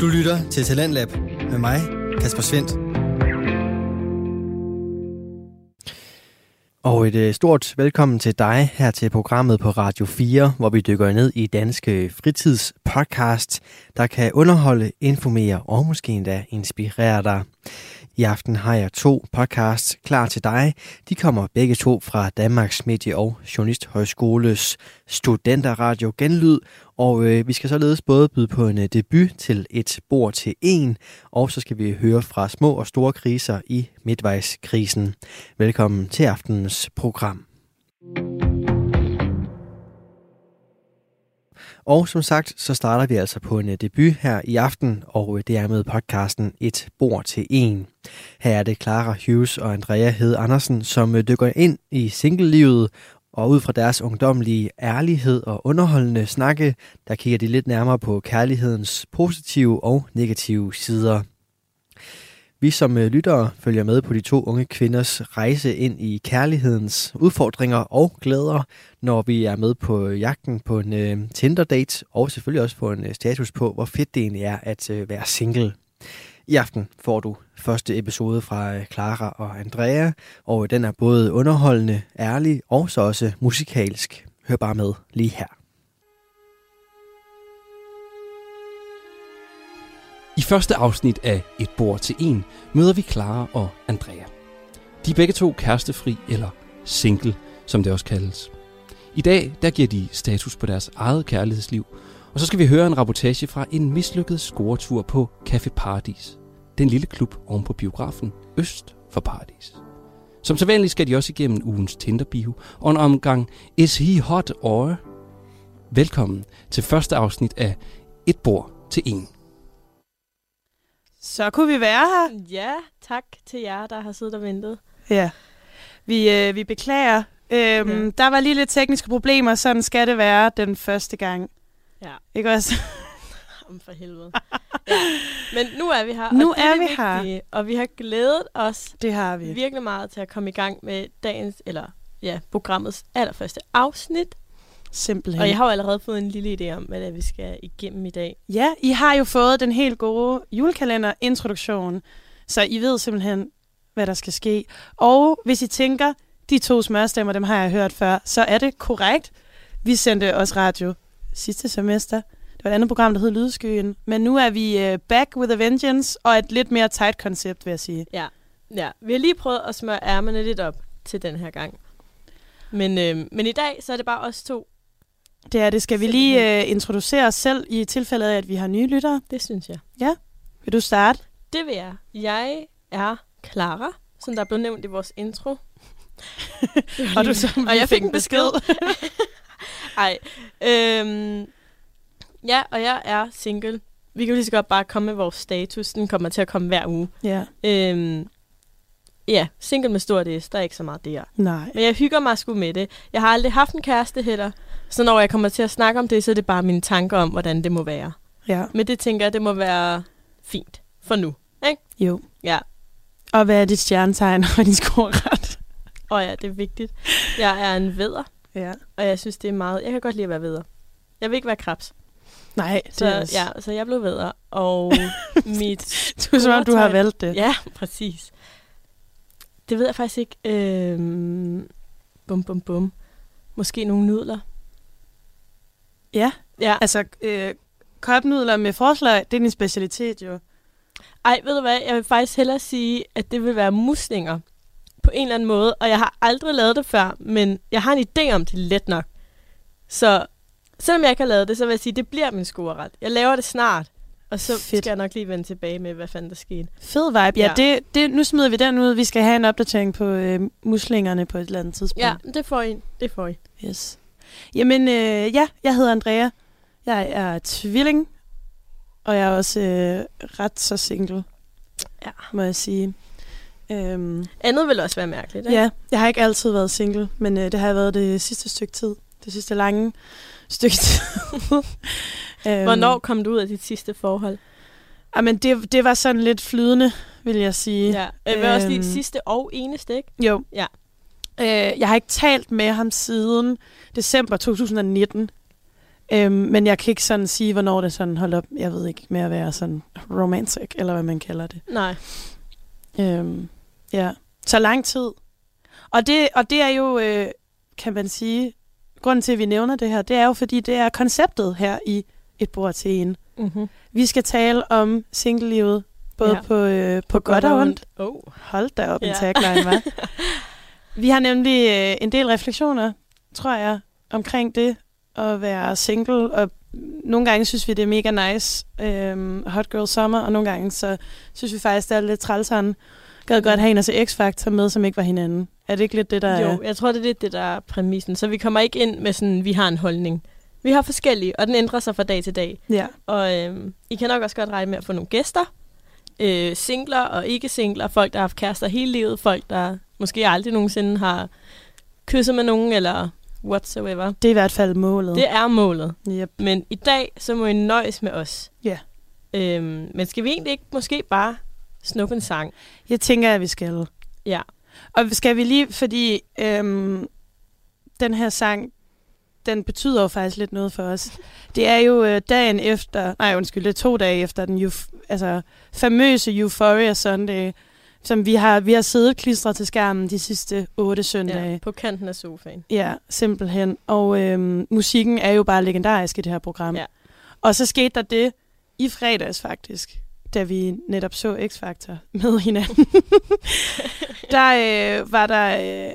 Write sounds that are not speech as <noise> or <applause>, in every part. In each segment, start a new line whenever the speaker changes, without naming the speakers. Du lytter til Talentlab med mig, Kasper Svendt. Og et øh, stort velkommen til dig her til programmet på Radio 4, hvor vi dykker ned i danske fritidspodcast, der kan underholde, informere og måske endda inspirere dig. I aften har jeg to podcasts klar til dig. De kommer begge to fra Danmarks Medie- og Journalisthøjskoles Studenterradio Genlyd, og øh, vi skal således både byde på en øh, debut til et bord til en, og så skal vi høre fra små og store kriser i midtvejskrisen. Velkommen til aftenens program. Og som sagt, så starter vi altså på en øh, debut her i aften, og øh, det er med podcasten Et bord til en. Her er det Clara Hughes og Andrea Hed Andersen, som øh, dykker ind i singlelivet, og ud fra deres ungdomlige ærlighed og underholdende snakke, der kigger de lidt nærmere på kærlighedens positive og negative sider. Vi som øh, lyttere følger med på de to unge kvinders rejse ind i kærlighedens udfordringer og glæder, når vi er med på jagten på en øh, Tinder-date, og selvfølgelig også på en øh, status på, hvor fedt det egentlig er at øh, være single. I aften får du første episode fra øh, Clara og Andrea, og den er både underholdende, ærlig og så også musikalsk. Hør bare med lige her.
I første afsnit af Et bord til en møder vi Clara og Andrea. De er begge to kærestefri eller single, som det også kaldes. I dag der giver de status på deres eget kærlighedsliv, og så skal vi høre en rapportage fra en mislykket scoretur på Café Paradis, den lille klub oven på biografen Øst for Paradis. Som så vanligt skal de også igennem ugens Tinder-bio og en omgang Is he hot or? Velkommen til første afsnit af Et bord til en.
Så kunne vi være her.
Ja, tak til jer, der har siddet og ventet.
Ja. Vi, øh, vi beklager. Øhm,
Ja.
Der var lige lidt tekniske problemer, sådan skal det være den første gang.
Ja.
Ikke også?
Om for helvede. <laughs> ja. Men nu er vi her.
Nu
og det er,
er
det
vi her.
vigtige, Og vi har glædet os
<laughs> Det har vi.
virkelig meget til at komme i gang med dagens, eller ja, programmets allerførste afsnit.
Simpelthen.
Og jeg har jo allerede fået en lille idé om, hvad det er, vi skal igennem i dag.
Ja, I har jo fået den helt gode julekalender-introduktion, så I ved simpelthen, hvad der skal ske. Og hvis I tænker, de to smørstemmer, dem har jeg hørt før, så er det korrekt. Vi sendte også radio sidste semester. Det var et andet program, der hed Lydskyen. Men nu er vi øh, back with a vengeance, og et lidt mere tight koncept, vil jeg sige.
Ja, vi har lige prøvet at smøre ærmerne lidt op til den her gang. Men, øh, men i dag, så er det bare os to.
Det er det. Skal vi lige øh, introducere os selv i tilfælde af, at vi har nye lyttere?
Det synes jeg.
Vil du starte?
Det vil jeg. Jeg er Clara, som der er blevet nævnt i vores intro.
Og, du, så,
og jeg fik en besked. <laughs> Ej. Øhm, ja, og jeg er single. Vi kan jo lige så godt bare komme med vores status. Den kommer til at komme hver uge.
Ja,
Øhm, ja, single med stort S. Der er ikke så meget der.
nej.
Men jeg hygger mig sgu med det. Jeg har aldrig haft en kæreste heller. Så når jeg kommer til at snakke om det, så er det bare mine tanker om, hvordan det må være.
Ja,
Men det tænker jeg, det må være fint for nu.
jo.
Ja.
Og hvad er dit stjernetegn og din skorret?
Og ja, det er vigtigt. Jeg er en vedder,
Ja.
og jeg synes, det er meget... Jeg kan godt lide at være vedder. Jeg vil ikke være krebs.
Nej, det er
Så,
også...
ja, så jeg blev vedder, og mit...
<laughs> Du er som om, du har
Scoretegn.
valgt det.
Ja, præcis. Det ved jeg faktisk ikke. Øhm, bum, bum, bum. Måske nogle nudler.
Ja.
Ja.
Altså, øh, kopnudler med forslag, det er din specialitet jo.
Ej, ved du hvad? Jeg vil faktisk hellere sige, at det vil være muslinger på en eller anden måde. Og jeg har aldrig lavet det før, men jeg har en idé om det let nok. Så selvom jeg ikke har lavet det, så vil jeg sige, at det bliver min scoreret. Jeg laver det snart. Og så
Fedt.
Fedt. skal jeg nok lige vende tilbage med, hvad fanden der skete.
Fed vibe. Ja,
Ja.
Det, det, nu smider vi den ud. Vi skal have en opdatering på øh, muslingerne på et eller andet tidspunkt.
Ja, det får I. Det får I.
Yes. Jamen, øh, ja, jeg hedder Andrea. Jeg er tvilling, og jeg er også øh, ret så single,
Ja.
må jeg sige. Øhm,
Andet vil også være mærkeligt, ikke?
ja, jeg har ikke altid været single, men øh, det har jeg været det sidste stykke tid. Det sidste lange stykke tid. <laughs> øhm,
Hvornår kom du ud af dit sidste forhold?
Jamen, det, det var sådan lidt flydende, vil jeg sige.
Ja. Jeg vil også lige
Øhm.
det sidste og eneste, ikke?
Jo.
Ja.
Øh, jeg har ikke talt med ham siden december 2019. Øhm, men jeg kan ikke sådan sige, hvornår det sådan holdt op. Jeg ved ikke med at være sådan romantic, eller hvad man kalder det.
Nej.
Øhm, ja. Så lang tid. Og det, og det er jo, øh, kan man sige, grunden til, at vi nævner det her, det er jo, fordi det er konceptet her i Et bord til en.
Mm-hmm.
Vi skal tale om singlelivet, både
Ja.
ja. på, øh, på, på godt og ondt.
Oh.
Hold da op ja.
Ja.
en tagline,
<laughs>
hva'? Vi har nemlig øh, en del refleksioner, tror jeg, omkring det at være single, og nogle gange synes vi, det er mega nice, øhm, Hot Girl Summer, og nogle gange så synes vi faktisk, det er lidt trælseren. Gad godt have en og se X-Factor med, som ikke var hinanden. Er det ikke lidt det, der er?
Jo, jeg tror, det er lidt det, der er præmissen. Så vi kommer ikke ind med sådan, vi har en holdning. Vi har forskellige, og den ændrer sig fra dag til dag.
Ja.
Og øhm, I kan nok også godt regne med at få nogle gæster. Øh, singler og ikke-singler. Folk, der har haft kærester hele livet. Folk, der måske aldrig nogensinde har kysset med nogen, eller whatsoever.
Det er i hvert fald målet.
Det er målet.
Yep.
Men i dag, så må I nøjes med os.
Ja.
Øhm, men skal vi egentlig ikke måske bare snuppe en sang?
Jeg tænker, at vi skal.
Ja.
Og skal vi lige, fordi øhm, den her sang, den betyder jo faktisk lidt noget for os. Det er jo øh, dagen efter, nej undskyld, det er to dage efter den euf- altså, famøse Euphoria Sunday, som vi har, vi har siddet klistret til skærmen de sidste otte søndage.
ja
Ja.
på kanten af sofaen.
Ja, simpelthen. Og øhm, musikken er jo bare legendarisk i det her program.
Ja.
Og så skete der det i fredags faktisk, da vi netop så X-Factor med <laughs> hinanden.
<laughs>
der øh, var der øh,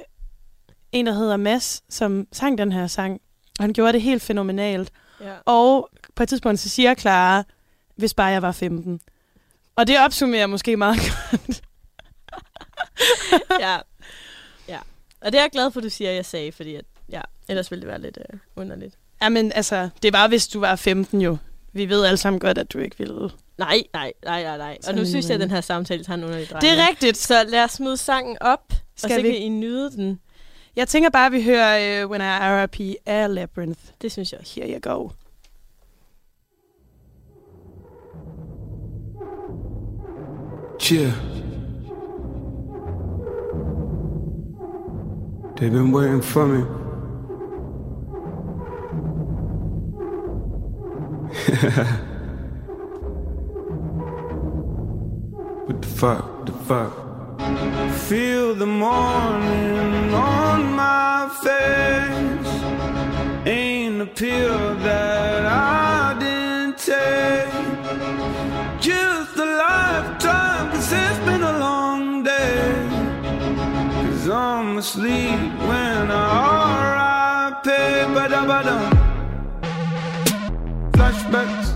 en, der hedder Mads, som sang den her sang. Og han gjorde det helt fænomenalt.
Ja.
Og på et tidspunkt så siger Clara, hvis bare jeg var 15. Og det opsummerer måske meget godt.
ja. ja. Og det er jeg glad for, du siger, at jeg sagde, fordi at, ja, ellers ville det være lidt øh, underligt.
Jamen altså, det var hvis du var 15 jo. Vi ved alle sammen godt, at du ikke ville
Nej, nej, nej, nej, nej. Og
Sådan
nu
er
synes
det.
jeg, at den her samtale tager en underlig drejning.
Det er rigtigt.
Så lad os smide sangen op, Skal og så
Skal
vi?
vi?
kan I nyde den.
Jeg tænker bare, at vi hører uh, When I R.I.P. af Labyrinth.
Det synes jeg også.
Here you go.
Yeah. They've been waiting for me. <laughs> what the fuck, the fuck? Feel the morning on my face. Ain't a pill that I didn't take. Just a lifetime, cause it's been a long day. Cause I'm asleep when I RIP, but I Flashbacks,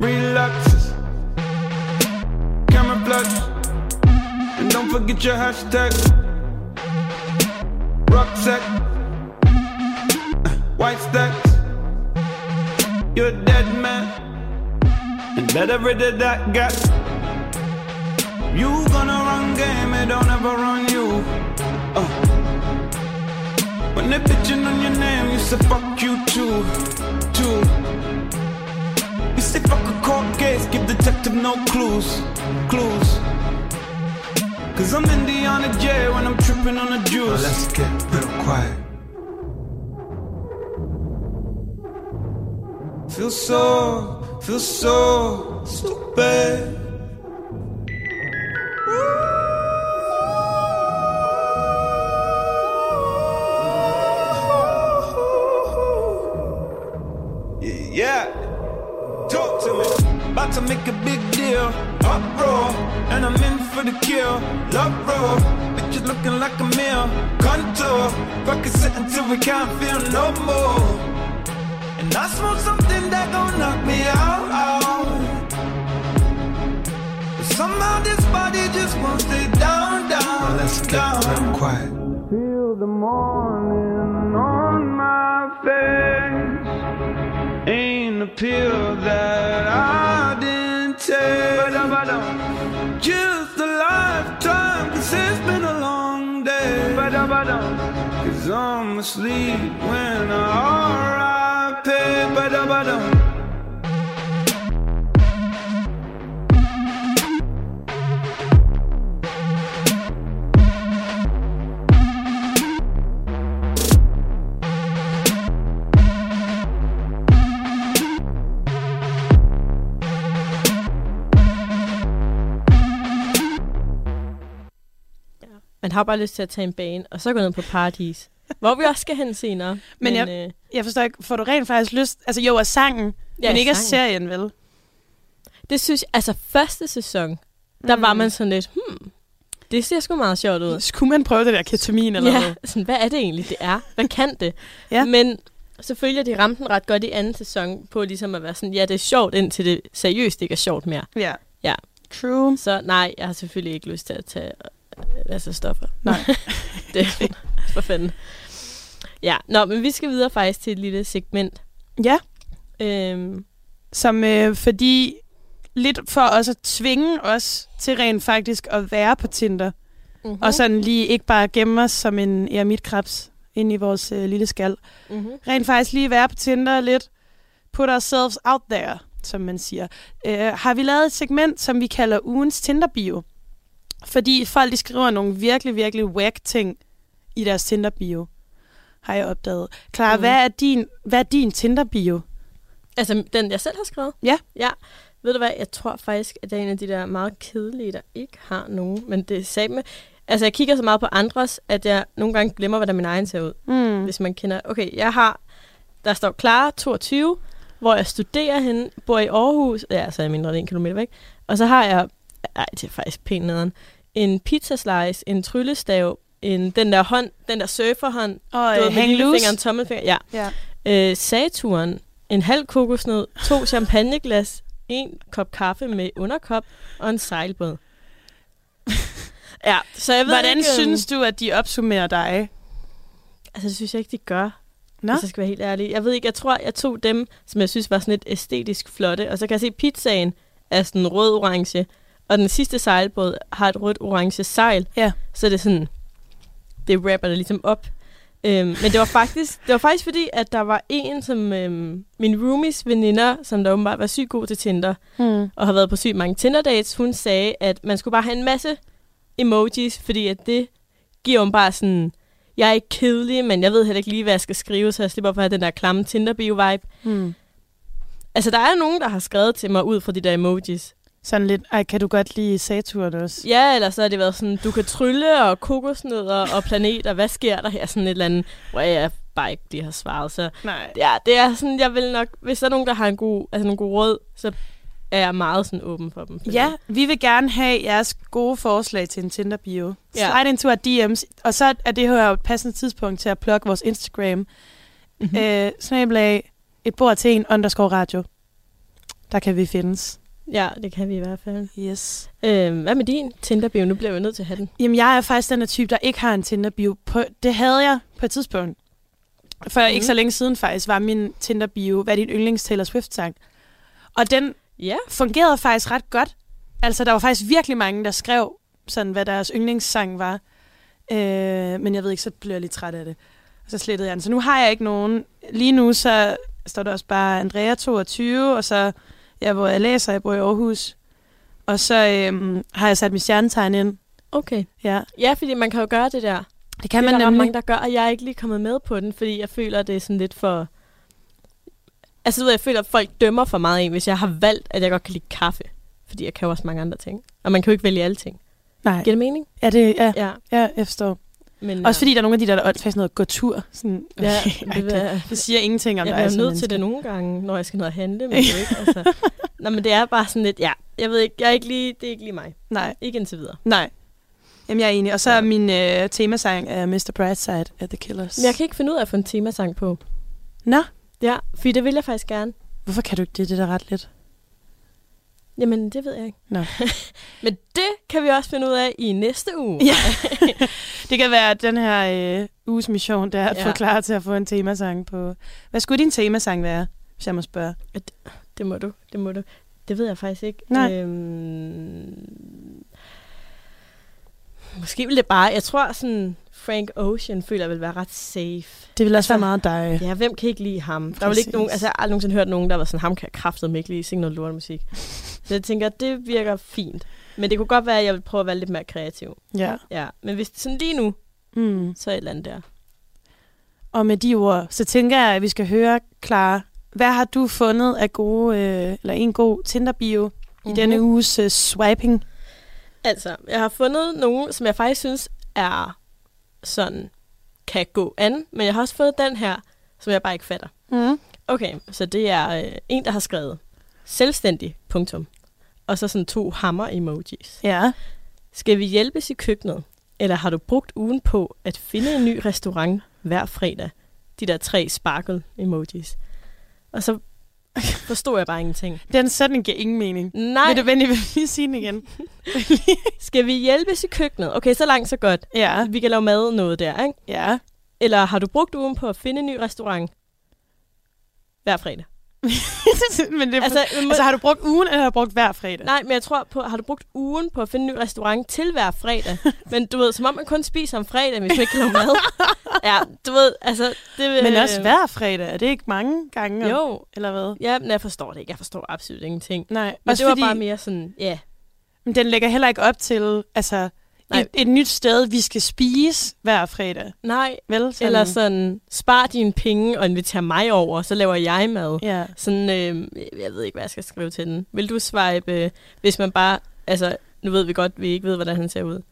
relapses, camera flash, and don't forget your hashtag. Rucksack, white stacks, you're a dead man and better rid of that gap. You gonna run game, it don't ever run you. Uh. When they bitching on your name, you say fuck you too, too. You say fuck a court case, give detective no clues, clues. Cause I'm Indiana J when I'm tripping on the juice. let's get real quiet. Feel so, feel so stupid. Yeah, talk to me. About to make a big deal. Uproar, and I'm in for the kill. Love roll, bitches looking like a meal. Contour, fucking sit until we can't feel no more. And I smoke something that gon' knock me out, out. But somehow this body just won't stay down, down, let's down. quiet. Feel the morning on my face. Ain't a pill that I didn't take. Just a lifetime, cause it's been a long day. Cause I'm asleep when I RIP, but I but
Man har bare lyst til at tage en bane, og så gå ned på <laughs> Paradis. hvor vi også skal hen senere. øh,
Men jeg- Jeg forstår ikke, får du rent faktisk lyst? Altså jo, af sangen, ja, men ikke af
sangen.
serien, vel?
Det synes jeg, altså første sæson, der mm. var man sådan lidt, hmm, det ser sgu meget sjovt ud.
Skulle Mm. man prøve det der ketamin eller
ja, <laughs>
hvad?
sådan, hvad er det egentlig, det er? Hvad kan det?
Ja.
Men selvfølgelig, at de ramte den ret godt i anden sæson på ligesom at være sådan, ja, det er sjovt, indtil det seriøst ikke er sjovt mere.
Ja.
Ja.
True.
Så nej, jeg har selvfølgelig ikke lyst til at tage øh, altså stoffer.
Nej.
<laughs> det for fanden. Ja, nå, men vi skal videre faktisk til et lille segment.
Ja,
Øhm,
som øh, fordi lidt for også at tvinge os til rent faktisk at være på Tinder.
mm-hmm.
Og sådan lige ikke bare gemme os som en eremitkrebs ind i vores øh, lille skal.
mm-hmm.
Rent faktisk lige være på Tinder lidt. Put ourselves out there, som man siger. Øh, har vi lavet et segment, som vi kalder ugens Tinder-bio. Fordi folk de skriver nogle virkelig, virkelig whack ting i deres Tinder-bio. Har jeg opdaget. Klar, mm.
Mm.
hvad er din, hvad er din Tinder-bio?
Altså den, jeg selv har skrevet?
Ja.
Ja. Ved du hvad, jeg tror faktisk, at det er en af de der meget kedelige, der ikke har nogen. Men det er sammen med... Altså, jeg kigger så meget på andres, at jeg nogle gange glemmer, hvordan min egen ser ud. Mm.
Mm.
Hvis man kender... Okay, jeg har... Der står Clara, 22, hvor jeg studerer henne, bor i Aarhus. Ja, så er jeg mindre end en kilometer væk. Og så har jeg... Ej, det er faktisk pænt nederen. En pizzaslice, en tryllestav, en, den der hånd, den der surferhånd,
Og
du ved,
øh,
med
hang
lillefinger
loose.
og tommelfinger. Ja.
Ja.
Øh, Saturn, en halv kokosnød, to champagneglas, en kop kaffe med underkop og en
<laughs>
sejlbåd. ja, så jeg ved
Hvordan
ikke, øhm,
synes du, at de opsummerer dig?
Altså, det synes jeg ikke, de gør,
Nå?
Nå? hvis jeg skal være helt ærlig. Jeg ved ikke, jeg tror, jeg tog dem, som jeg synes var sådan lidt æstetisk flotte, og så kan jeg se, at pizzaen er sådan rød-orange, og den sidste sejlbåd har et rødt-orange sejl.
Ja.
Så er det sådan, det rapper det ligesom op. Øhm, men det var, faktisk, det var faktisk fordi, at der var en, som øhm, min roomies veninder, som der åbenbart var sygt god til Tinder,
Mm.
og har været på sygt mange Tinder-dates, hun sagde, at man skulle bare have en masse emojis, fordi at det giver hun bare sådan, jeg er ikke kedelig, men jeg ved heller ikke lige, hvad jeg skal skrive, så jeg slipper for at have den der klamme Tinder-bio-vibe.
Mm.
Altså, der er nogen, der har skrevet til mig ud fra de der emojis.
Sådan lidt, ej, kan du godt lide Saturn også?
Ja, eller så har det været sådan, du kan trylle og kokosnødder og planeter, hvad sker der her? Sådan et eller andet, hvor jeg bare ikke lige har svaret. Så
Nej.
ja, det er sådan, jeg vil nok, hvis der er nogen, der har en god, altså nogle gode råd, så er jeg meget sådan åben for dem.
Ja, vi vil gerne have jeres gode forslag til en Tinder-bio.
Ja.
Slide ind til our DM's, og så er det her jo et passende tidspunkt til at plukke vores Instagram.
Mhm.
Mm-hmm. Øh, snablag, et bord til en, underscore radio. Der kan vi findes.
ja, det kan vi i hvert fald.
Yes.
Øh, hvad med din Tinder-bio? Nu bliver vi nødt til at have den.
Jamen, jeg er faktisk den der type, der ikke har en Tinder-bio. På, det havde jeg på et tidspunkt. For mm.
Mhm.
ikke så længe siden faktisk var min Tinder-bio, hvad er din yndlings Taylor Swift-sang? Og den
Ja.
fungerede faktisk ret godt. Altså, der var faktisk virkelig mange, der skrev, sådan, hvad deres yndlingssang var. Øh, men jeg ved ikke, så blev jeg lige træt af det. Og så slettede jeg den. Så nu har jeg ikke nogen. Lige nu så står der også bare Andrea 22, og så jeg, hvor jeg læser, jeg bor i Aarhus. Og så øhm, har jeg sat mit stjernetegn ind.
Okay.
Ja,
Ja, fordi man kan jo gøre det der.
det kan
det
man
er der ret
nemlig.
mange, der gør, og jeg er ikke lige kommet med på den, fordi jeg føler, det er sådan lidt for... Altså, du ved, jeg føler, at folk dømmer for meget en, hvis jeg har valgt, at jeg godt kan lide kaffe. Fordi jeg kan jo også mange andre ting. Og man kan jo ikke vælge alle ting.
Nej,
Giver det mening?
ja, det, ja,
Ja.
ja, jeg forstår.
Men, øh,
Også fordi der er nogle af de der, der er åndssvagt sådan noget, gå tur. Sådan,
Ja,
<laughs> Ej,
det,
det,
det,
det, siger ingenting om
jeg
dig.
bliver
som
nødt til
menneske.
det nogle gange, når jeg skal ned og handle,
<laughs>
men det er jo ikke, altså. Nå, men det er bare sådan lidt, ja, jeg ved ikke, jeg er ikke lige, det er ikke lige mig.
Nej.
Ikke indtil videre.
Nej. Jamen, jeg er enig. Og så er
Ja.
min øh, temasang er Mr. Brightside af The Killers.
Men jeg kan ikke finde ud af at få en temasang på.
Nå,
Ja, fordi det vil jeg faktisk gerne.
hvorfor kan du ikke det? Det er da ret lidt.
Jamen, det ved jeg ikke.
Nå.
<laughs> Men det kan vi også finde ud af i næste uge.
Ja. <laughs> Det kan være, at den her øh, uges mission, det er at ja.
Ja.
få klar til at få en temasang på... Hvad skulle din temasang være, hvis jeg må spørge?
Det må du, det må du. Det ved jeg faktisk ikke.
Nej.
Øhm, måske vil det bare, jeg tror sådan, Frank Ocean føler jeg vil være ret safe.
Det vil også
Altså,
være meget dig.
Ja, hvem kan ikke lide ham? Der vil ikke
Præcis.
nogen, altså jeg har aldrig nogensinde hørt nogen, der var sådan, ham kan jeg kraftedeme ikke lide, synge
<laughs>
noget lortemusik. Så jeg tænker, det virker fint. Men det kunne godt være, at jeg vil prøve at være lidt mere kreativ.
Ja.
Ja, men hvis det sådan lige nu,
Mm.
så er et eller andet der.
Og med de ord, så tænker jeg, at vi skal høre, Clara, hvad har du fundet af gode, øh, eller en god Tinder-bio
Mhm.
mm-hmm. i denne uges øh, swiping?
Altså, jeg har fundet nogle, som jeg faktisk synes er sådan, kan gå an. Men jeg har også fået den her, som jeg bare ikke fatter.
Mm.
Okay, så det er øh, en, der har skrevet selvstændig, punktum. Og så sådan to hammer-emojis.
Ja.
Skal vi hjælpes i køkkenet? Eller har du brugt ugen på at finde en ny restaurant hver fredag? De der tre sparkle-emojis. Og så <laughs> forstod jeg bare ingenting.
Den sætning giver ingen mening.
Nej,
Vil du vende, vil du lige sige den
<laughs>
igen?
skal vi hjælpes i køkkenet? Okay, så langt, så godt.
Ja.
Vi kan lave mad noget der, ikke?
Ja.
Eller har du brugt ugen på at finde en ny restaurant hver fredag?
<laughs> men det, altså,
man må-
altså, har du brugt ugen, eller har du brugt hver fredag?
Nej, men jeg tror på, har du brugt ugen på at finde en ny restaurant til hver
<laughs>
fredag? Men du ved, som om man kun spiser om fredag, hvis man ikke kan lave mad. Ja, du ved, altså... Det,
Men også hver fredag, er det ikke mange gange? om-
Jo,
Eller hvad?
ja, men jeg forstår det ikke. Jeg forstår absolut ingenting.
Nej,
Men
også
det var
fordi,
bare mere sådan, ja.
men den lægger heller ikke op til altså,
Nej.
et, et nyt sted, vi skal spise hver fredag.
Nej,
Vel? Sådan.
eller sådan, spar dine penge og inviter mig over, så laver jeg mad.
Ja.
Sådan, øh, jeg ved ikke, hvad jeg skal skrive til den. Vil du swipe, øh, hvis man bare... Altså, nu ved vi godt, vi ikke ved, hvordan han ser ud.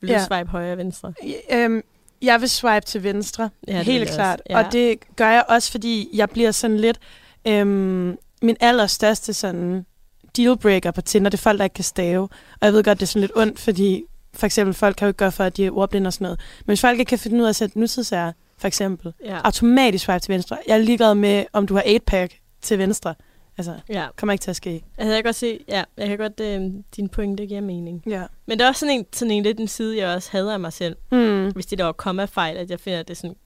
Vil du
Ja.
swipe højre og venstre?
Øhm, jeg vil swipe til venstre,
Ja, det vil
helt
jeg
klart.
også. Ja.
Og det gør jeg også, fordi jeg bliver sådan lidt... Øhm, min allerstørste sådan dealbreaker på Tinder, det er folk, der ikke kan stave. Og jeg ved godt, det er sådan lidt ondt, fordi for eksempel folk kan jo ikke gøre for, at de er ordblinde og sådan noget. Men hvis folk ikke kan finde ud af at sætte nutidsære, for eksempel,
Ja.
automatisk swipe til venstre. Jeg er ligeglad med, om du har 8-pack til venstre. Altså,
ja.
kommer ikke til at ske.
Altså, jeg kan godt se, ja, jeg kan godt, øh, din pointe giver mening.
Ja.
Men det er også sådan en, sådan en lidt en side, jeg også hader af mig selv.
Mm.
Hvis det der var kommafejl, at jeg finder, at det er sådan,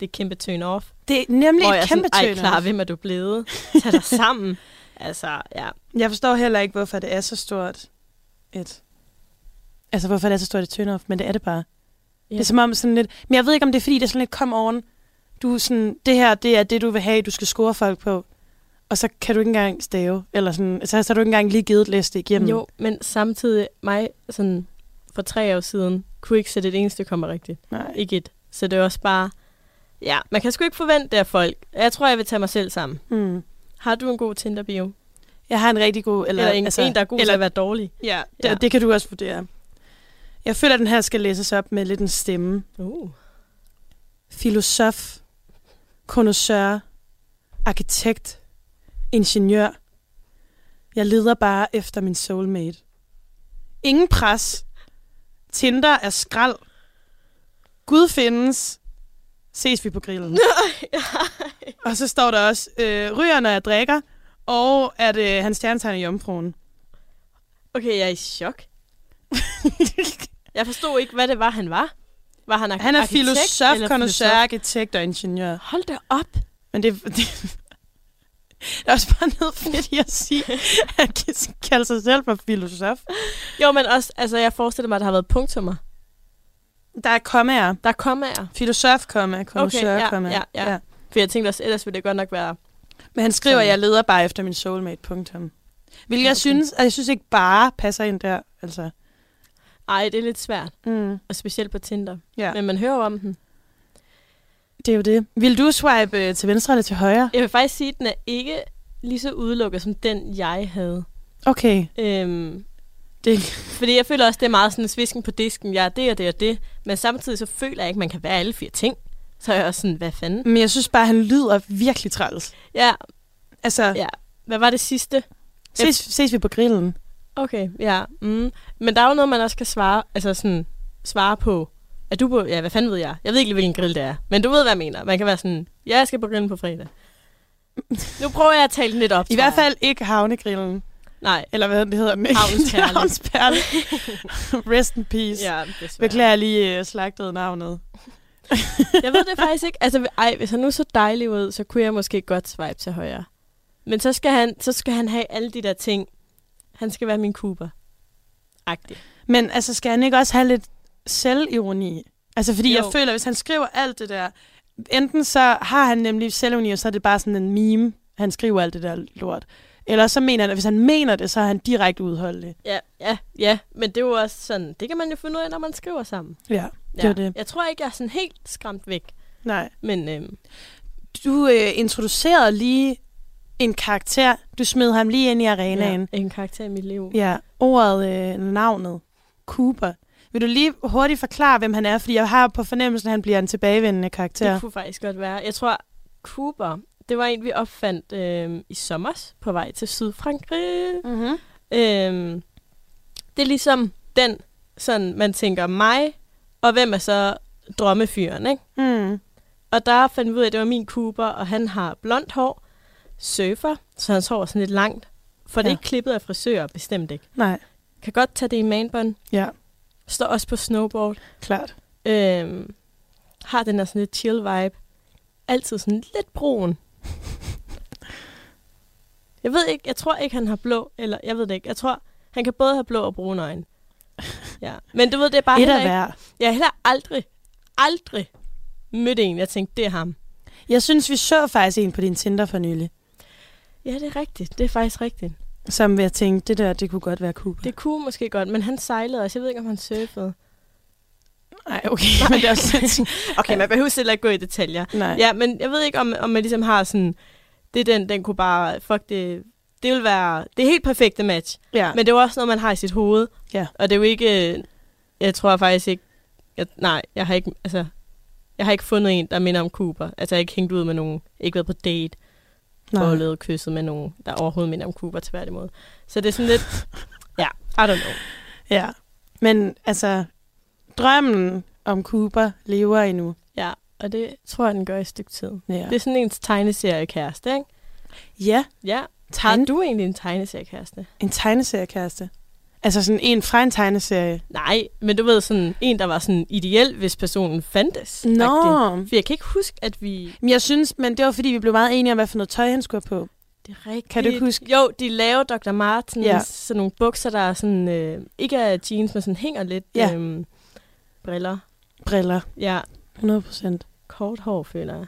det er kæmpe turn off.
Det er nemlig
Hvor
et
jeg
kæmpe
sådan, ej,
turn-off."
klar, hvem er du blevet? Tag dig
<laughs>
sammen. altså, ja.
Jeg forstår heller ikke, hvorfor det er så stort et... Altså, hvorfor det er så stort et turn-off, men det er det bare.
Ja.
Det er som om sådan lidt... Men jeg ved ikke, om det er, fordi det er sådan lidt kom oven. Du er sådan, det her, det er det, du vil have, du skal score folk på. Og så kan du ikke engang stave, eller sådan... altså, Så, så har du ikke engang lige givet læst det igennem.
Jo, men samtidig mig, sådan for tre år siden, kunne ikke sætte et eneste kommer rigtigt.
Nej.
Ikke et. Så det er også bare, ja, man kan sgu ikke forvente det af folk. Jeg tror, jeg vil tage mig selv sammen.
Mm.
Har du en god Tinder-bio? Eller,
Jeg har en rigtig god... Eller,
en, altså, en, der er god eller, til at være dårlig?
Ja, det,
Ja.
ja. det kan du også vurdere. Jeg føler, at den her skal læses op med lidt en stemme.
Uh.
Filosof, konnoisseur, arkitekt, ingeniør. Jeg leder bare efter min soulmate. Ingen pres. Tinder er skrald. Gud findes. Ses vi på
<laughs>
grillen. og så står der også, øh, ryger, når jeg drikker, og at øh, hans stjernetegn er jomfruen.
Okay, jeg er i <laughs> chok. Jeg forstod ikke, hvad det var, han var. Var han, ar-
Han er
arkitekt
filosof,
eller
konnoisseur,
filosof?
arkitekt og ingeniør.
Hold da op.
Men det, <laughs> det der er også bare noget fedt i at sige, at han kalder sig selv for filosof.
Jo, men også, altså, jeg forestiller mig, at der har været punktummer.
Der er kommaer.
Der er kommaer.
Filosof, komma, konnoisseur,
ja,
komma.
ja, ja. For jeg tænkte også, ellers ville det godt nok være...
Men han skriver,
Sådan.
jeg leder bare efter min soulmate, punktum. Hvilket
Ja,
jeg
okay.
synes, at jeg synes ikke bare passer ind der, altså.
Ej, det er lidt svært.
Mm.
Og specielt på Tinder.
Ja.
Men man hører jo om den.
Det er jo det. Vil du swipe øh, til venstre eller til højre?
Jeg vil faktisk sige, at den er ikke lige så udelukket som den, jeg havde.
Okay.
Øhm,
Det,
<laughs> fordi jeg føler også, det er meget sådan svisken på disken. Jeg er det og det og det. Men samtidig så føler jeg ikke, at man kan være alle fire ting. Så er jeg også sådan, hvad fanden?
men jeg synes bare, han lyder virkelig træls.
Ja,
Altså, ja.
ja. Hvad var det sidste?
ses, ses vi på grillen?
Okay, ja. Mm. Men der er jo noget, man også kan svare, altså sådan, svare på. Er du på, ja, hvad fanden ved jeg? Jeg ved ikke lige, hvilken grill det er. Men du ved, hvad jeg mener. Man kan være sådan, ja, jeg skal på grillen på <laughs> fredag. Nu prøver jeg at tale den lidt op,
I
tror
hvert
jeg.
fald ikke havnegrillen.
Nej.
Eller hvad det hedder den ikke?
Havns Perle.
<laughs> Havns Perle. Rest in peace. Ja,
<laughs> Ja, desværre.
Beklager jeg lige øh, slagtede navnet. <laughs>
Jeg ved det faktisk ikke. Altså, ej, hvis han nu så dejlig ud, så kunne jeg måske godt swipe til højre. Men så skal han, så skal han have alle de der ting. Han skal være min Cooper. Agtig.
Men altså, skal han ikke også have lidt selvironi? Altså, fordi jo.
Jo.
jeg føler, hvis han skriver alt det der, enten så har han nemlig selvironi, og så er det bare sådan en meme, han skriver alt det der lort. Eller så mener han, at hvis han mener det, så er han direkte udholdelig.
Ja, ja, ja. Men det er jo også sådan, det kan man jo finde ud af, når man skriver sammen.
Ja,
Ja.
det er det.
Jeg tror ikke, jeg er sådan helt skræmt væk.
Nej.
Men øhm,
Du øh, introducerede lige en karakter. Du smed ham lige ind i arenaen.
ja, en karakter i mit liv.
Ja, ordet, øh, navnet, Cooper. Vil du lige hurtigt forklare, hvem han er? Fordi jeg har på fornemmelsen, at han bliver en tilbagevendende karakter.
Det kunne faktisk godt være. Jeg tror, Cooper, det var en, vi opfandt øh, i sommer på vej til Sydfrankrig.
Mm-hmm.
Øhm, det er ligesom den, sådan man tænker mig, og hvem er så drømmefyren, ikke?
Mm.
Og der fandt vi ud af, at det var min Cooper, og han har blondt hår, surfer, så hans hår er sådan lidt langt, for ja. det er
Ja.
ikke klippet af frisører, bestemt ikke.
Nej,
Kan godt tage det i manbånd,
ja,
står også på snowboard,
klart.
øhm, har den der sådan lidt chill vibe, altid sådan lidt <laughs> brun. Jeg ved ikke, jeg tror ikke, han har blå, eller jeg ved det ikke, jeg tror, han kan både have blå og brune <laughs> øjne. Ja. Men du ved, det er bare
Et
heller
af
ikke,
hver.
jeg har heller aldrig, aldrig mødt en, jeg tænkte, det er ham.
Jeg synes, vi så faktisk en på din Tinder for nylig,
Ja, det er rigtigt. Det er faktisk rigtigt.
som jeg tænkte, det der, det kunne godt være Cooper.
Det kunne måske godt, men han sejlede også. Jeg ved ikke, om han surfede.
Nej,
<laughs>
okay, men det er også <laughs>
Okay, man behøver selv ikke gå i detaljer.
Nej.
<laughs> Ja, men jeg ved ikke, om, om man ligesom har sådan... Det er den, den kunne bare... Fuck det. Det vil være... Det er helt perfekte match.
ja. Men,
Men det er jo også noget, man har i sit hoved.
Ja.
Og det er jo ikke... øh, Jeg tror faktisk ikke... Jeg, nej, jeg har ikke... Altså, jeg har ikke fundet en, der minder om Cooper. Altså, jeg har ikke hængt ud med nogen. Ikke været på date.
nej.
Bollet kysset med nogen, der overhovedet minder om Cooper, tværtimod. Så det er sådan <laughs> lidt... ja, I don't know.
Ja. men altså, drømmen om Cooper lever endnu.
Ja, og det tror jeg, den gør i et stykke tid. Ja.
Ja,
Det er sådan ens tegneseriekæreste, ikke?
ja
Ja. Har
tegn,
du egentlig en tegneseriekæreste?
en tegneseriekæreste. Altså sådan en fra en tegneserie.
Nej, men du ved sådan en, der var sådan ideel, hvis personen fandtes. agtig.
Nå,
For jeg kan ikke huske, at vi...
men jeg synes, men det var fordi, vi blev meget enige om, hvad for noget tøj, han skulle have på.
Det er rigtigt.
Kan du ikke huske?
Jo, de laver Dr. Martens, ja.
Ja.
sådan nogle bukser, der er sådan... Øh, ikke er jeans, men sådan hænger lidt.
Ja.
Øhm, briller.
Briller,
Ja,
100 procent.
kort hår, føler jeg.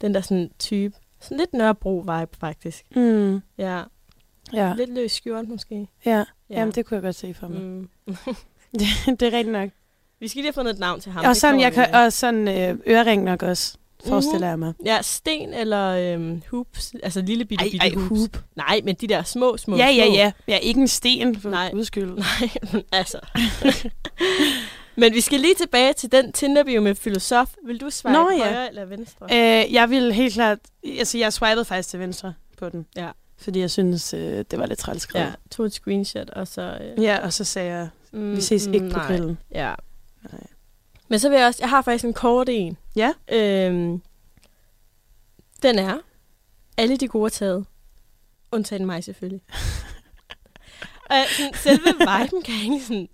Den der sådan type. Sådan lidt Nørrebro-vibe, faktisk.
Mm.
Ja.
Ja,
Lidt løs skjort, måske.
ja. Jamen, det kunne jeg godt se for mig. Mm.
Mm.
<laughs> det er rigtigt nok.
Vi skal lige have fundet et navn til ham.
og
Det
sådan,
kommer
jeg
vi
kan,
med.
og sådan øh, ørering nok også, forestiller jeg mig.
Ja, sten eller øhm, hoops. Altså lille bitte,
Ej,
bitte
ej,
hoops.
hoop.
Nej, men de der små, små,
Ja, ja,
små.
ja. Ja, ikke en sten, for
Nej.
Nej. udskyld.
<laughs> Nej, men altså. <laughs> men vi skal lige tilbage til den Tinder-bio med filosof. Vil du svare
Nå, ja.
højre eller venstre?
Øh, jeg ville helt klart... Altså, jeg swipede faktisk til venstre på den.
Ja.
Fordi jeg synes, øh, det var lidt træls skrevet.
ja, tog et screenshot, og så... Øh,
ja, og så sagde jeg,
mm,
vi ses ikke på
nej.
grillen.
Ja.
Nej.
Men så vil jeg også... Jeg har faktisk en kort en.
Ja.
Øhm, den er... Alle de gode er taget. Undtagen
<laughs>
mig selvfølgelig. Og jeg- sådan, selve viben kan jeg ikke sådan...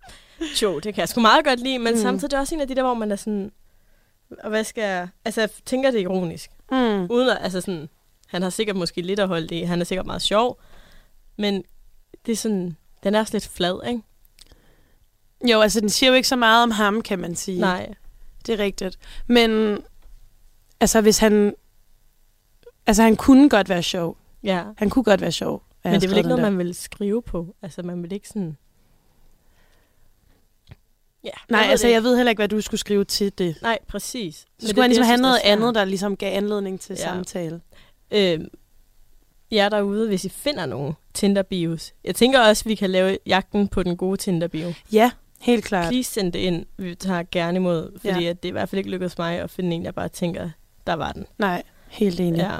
Jo, det kan jeg sgu meget godt lide, men
Mm.
mm. samtidig er det også en af de der, hvor man er sådan... Og hvad skal jeg... Altså, jeg tænker det ironisk.
Mm.
Uden at, altså sådan... Han har sikkert måske lidt at holde det i. Han er sikkert meget sjov. Men det er sådan... Den er også lidt flad, ikke?
Jo, altså, den siger jo ikke så meget om ham, kan man sige.
Nej.
Det er rigtigt. Men, altså, hvis han... Altså, han kunne godt være sjov.
Ja.
Han kunne godt være sjov. hvad
Men
han
det er vel
skrev
ikke
den
noget,
der.
man vil skrive på? Altså, man vil ikke sådan... Ja,
Nej,
ved
altså,
det
jeg ved heller ikke, hvad du skulle skrive til det.
ikke. Nej, præcis. Men
Så
det er
skulle han
det,
ligesom
jeg
have
synes,
noget
der er
andet, der ligesom gav anledning til
Ja.
ja. samtale.
svært. Øhm, jer derude, hvis I finder nogen Tinder-bios. Jeg tænker også, vi kan lave jagten på den gode Tinder-bio.
Ja, helt klart.
Please send det ind. Vi tager gerne imod, fordi
Ja.
ja. det er i hvert fald ikke lykkedes mig at finde en, jeg bare tænker, der var den.
Nej, helt enig.
Ja.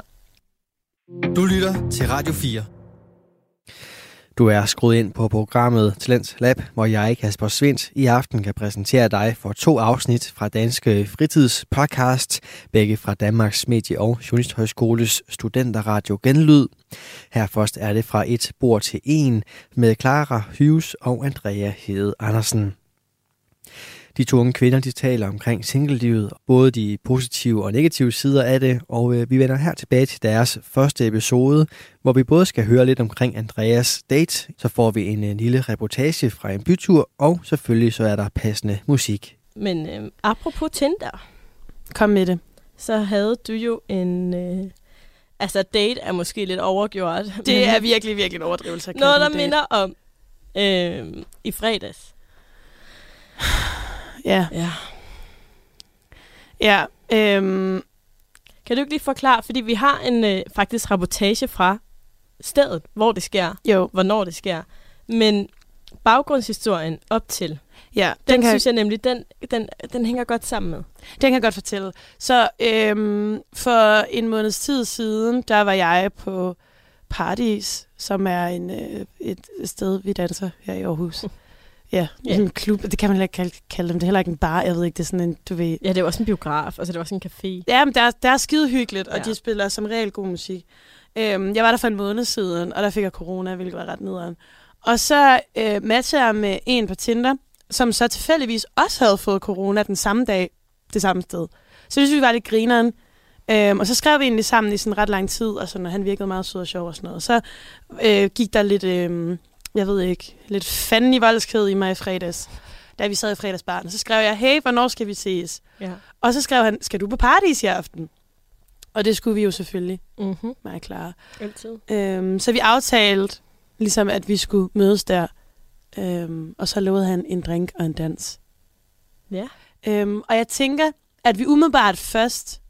Du lytter til Radio 4. Du er skruet ind på programmet Talents Lab, hvor jeg, Kasper Svindt, i aften kan præsentere dig for to afsnit fra Danske Fritidspodcast, begge fra Danmarks Medie- og Journalisthøjskoles Studenterradio Genlyd. Her først er det fra et bord til en med Clara Hughes og Andrea Hede Andersen. De to unge kvinder de taler omkring singlelivet, både de positive og negative sider af det, og øh, vi vender her tilbage til deres første episode, hvor vi både skal høre lidt omkring Andreas date, så får vi en øh, lille reportage fra en bytur, og selvfølgelig så er der passende musik.
Men øhm, apropos Tinder,
Kom med det.
så havde du jo en... Øh, altså, date er måske lidt overgjort.
Det
men-
er virkelig, virkelig en overdrivelse. at kalde
Noget, der
det en date.
minder om øh, i fredags.
Ja,
Ja.
ja. Øhm,
Kan du ikke lige forklare, fordi vi har en øh, faktisk rapportage fra stedet, hvor det sker,
jo.
hvornår det sker, men baggrundshistorien op til.
Ja,
Den, den synes jeg nemlig, den, den, den hænger godt sammen med.
Den kan jeg godt fortælle. Så øhm, for en måneds tid siden, der var jeg på Paradis, som er en, øh, et sted, vi danser her i Aarhus. Ja,
Ja.
yeah. en klub. Det kan man heller ikke kalde, kalde dem. Det er heller ikke en bar. Jeg ved ikke, det er sådan en, du ved...
Ja, det er også en biograf, altså det er også en café.
Ja, men der, der er skide hyggeligt, og
Ja.
ja. de spiller som regel god musik. Øhm, jeg var der for en måned siden, og der fik jeg corona, hvilket var ret nederen. Og så øh, matchede jeg med en på Tinder, som så tilfældigvis også havde fået corona den samme dag, det samme sted. Så det synes vi var lidt grineren. Øhm, og så skrev vi egentlig sammen i sådan ret lang tid, og sådan, og han virkede meget sød og sjov og sådan noget. Så øh, gik der lidt, øh, jeg ved ikke, lidt fanden i voldskhed i mig i fredags, da vi sad i fredagsbaren. Så skrev jeg, hey, hvornår skal vi ses?
Ja.
Og så skrev han, skal du på paradis i aften? Og det skulle vi jo selvfølgelig,
Mm-hmm.
meget klare.
Altid.
Øhm, så vi aftalte, ligesom at vi skulle mødes der. Øhm, og så lovede han en drink og en dans.
Ja.
Øhm, og jeg tænker, at vi umiddelbart først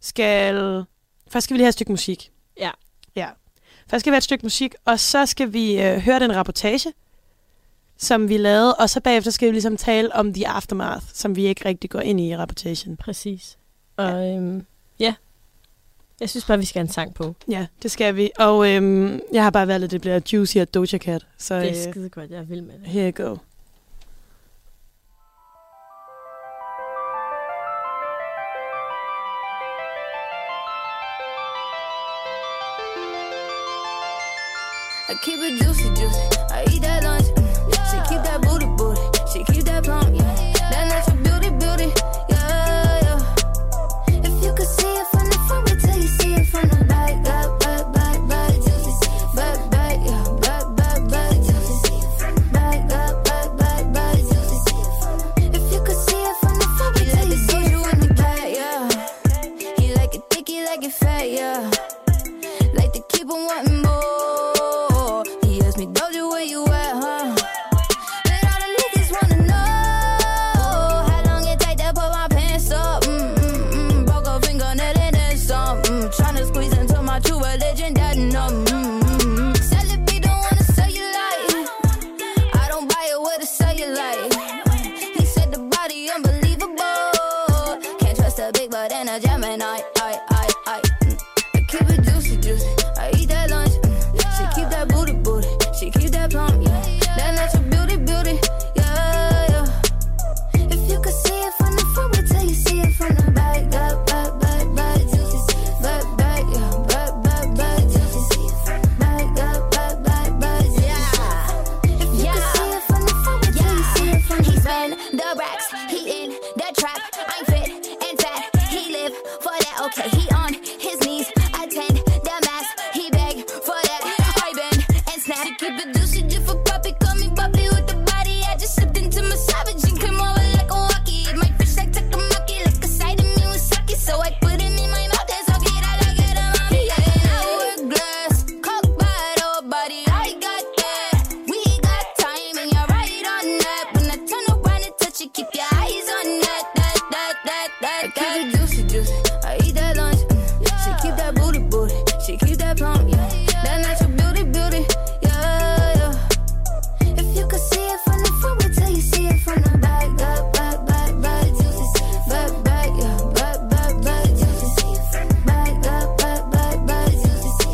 skal... Først skal vi lige have et stykke musik.
Ja.
Ja. Først skal vi have et stykke musik, og så skal vi øh, høre den rapportage, som vi lavede. Og så bagefter skal vi ligesom tale om The Aftermath, som vi ikke rigtig går ind i i rapportagen.
Præcis. Og ja. Øhm, ja, jeg synes bare, vi skal have en sang på.
Ja, det skal vi. Og øhm, jeg har bare valgt, at det bliver Juicy og Doja Cat. Så
Det er
øh,
skide godt, jeg er vild med det.
here you go.
I keep it juicy, juicy. I eat that lunch. mm. She keep that booty, booty. She keep that plump, yeah. That natural beauty, beauty, yeah, yeah. If you could see it from the front, wait till you see it from the back, back, back, back, back, juicy. Back, back, yeah, back, back, back, juicy. Back, back, back, back, back, juicy. If you could see it from the front, wait till you see you in the back, yeah. He like it thick, he like it fat, yeah like to keep on wanting more. He asked me, Doja, where you at, huh? But all the niggas wanna know how long it take to put my pants up. Mm mm mm, broke a fingernail and then some. Mm, tryna squeeze into my true religion, that no. Mm mm mm. Celebrate, don't wanna sell you like. I don't buy it with a cellulite. He said the body unbelievable. Can't trust a big butt and a Gemini. I, I, I, mm. I keep it juicy, juicy. I eat that lunch. mm. She keep that booty, booty. She keep that plump, yeah. That natural beauty, beauty, yeah, yeah. If you could see it from the front, wait till you see it from the back, back, back, back, back, juicy. Back, back, yeah, back, back, back, juicy. Back, back, back, back, back, yeah. If you could see it from the front, wait till you see it from the back.
the racks, he in the trap. I'm fit and fat, he live for that. Okay, he on his knees, attend the mass, he beg for that. I bend and snap.
She keep it juicy, just for poppy. Call me poppy with the body. I just slipped into my savage and came over like a walkie. My fish like takamaki, like a side of me was sucky. So I put it in my mouth and suck it. I like it, I'm on it. An hourglass, coke bottle, body. I got that. We got time and you're right on that. When I turn around and touch you, keep your eyes on that, that, that, that, that. I keep it juicy, juicy. I eat that lunch. mm. She keep that booty, booty. She keep that plump, yeah. That natural beauty, beauty, yeah, yeah. If you could see it from the front, wait till you see it from the back, back, back, back, back, juicy. Back, back, yeah, back, back, back, juicy. Back, back, back, back, back, juicy.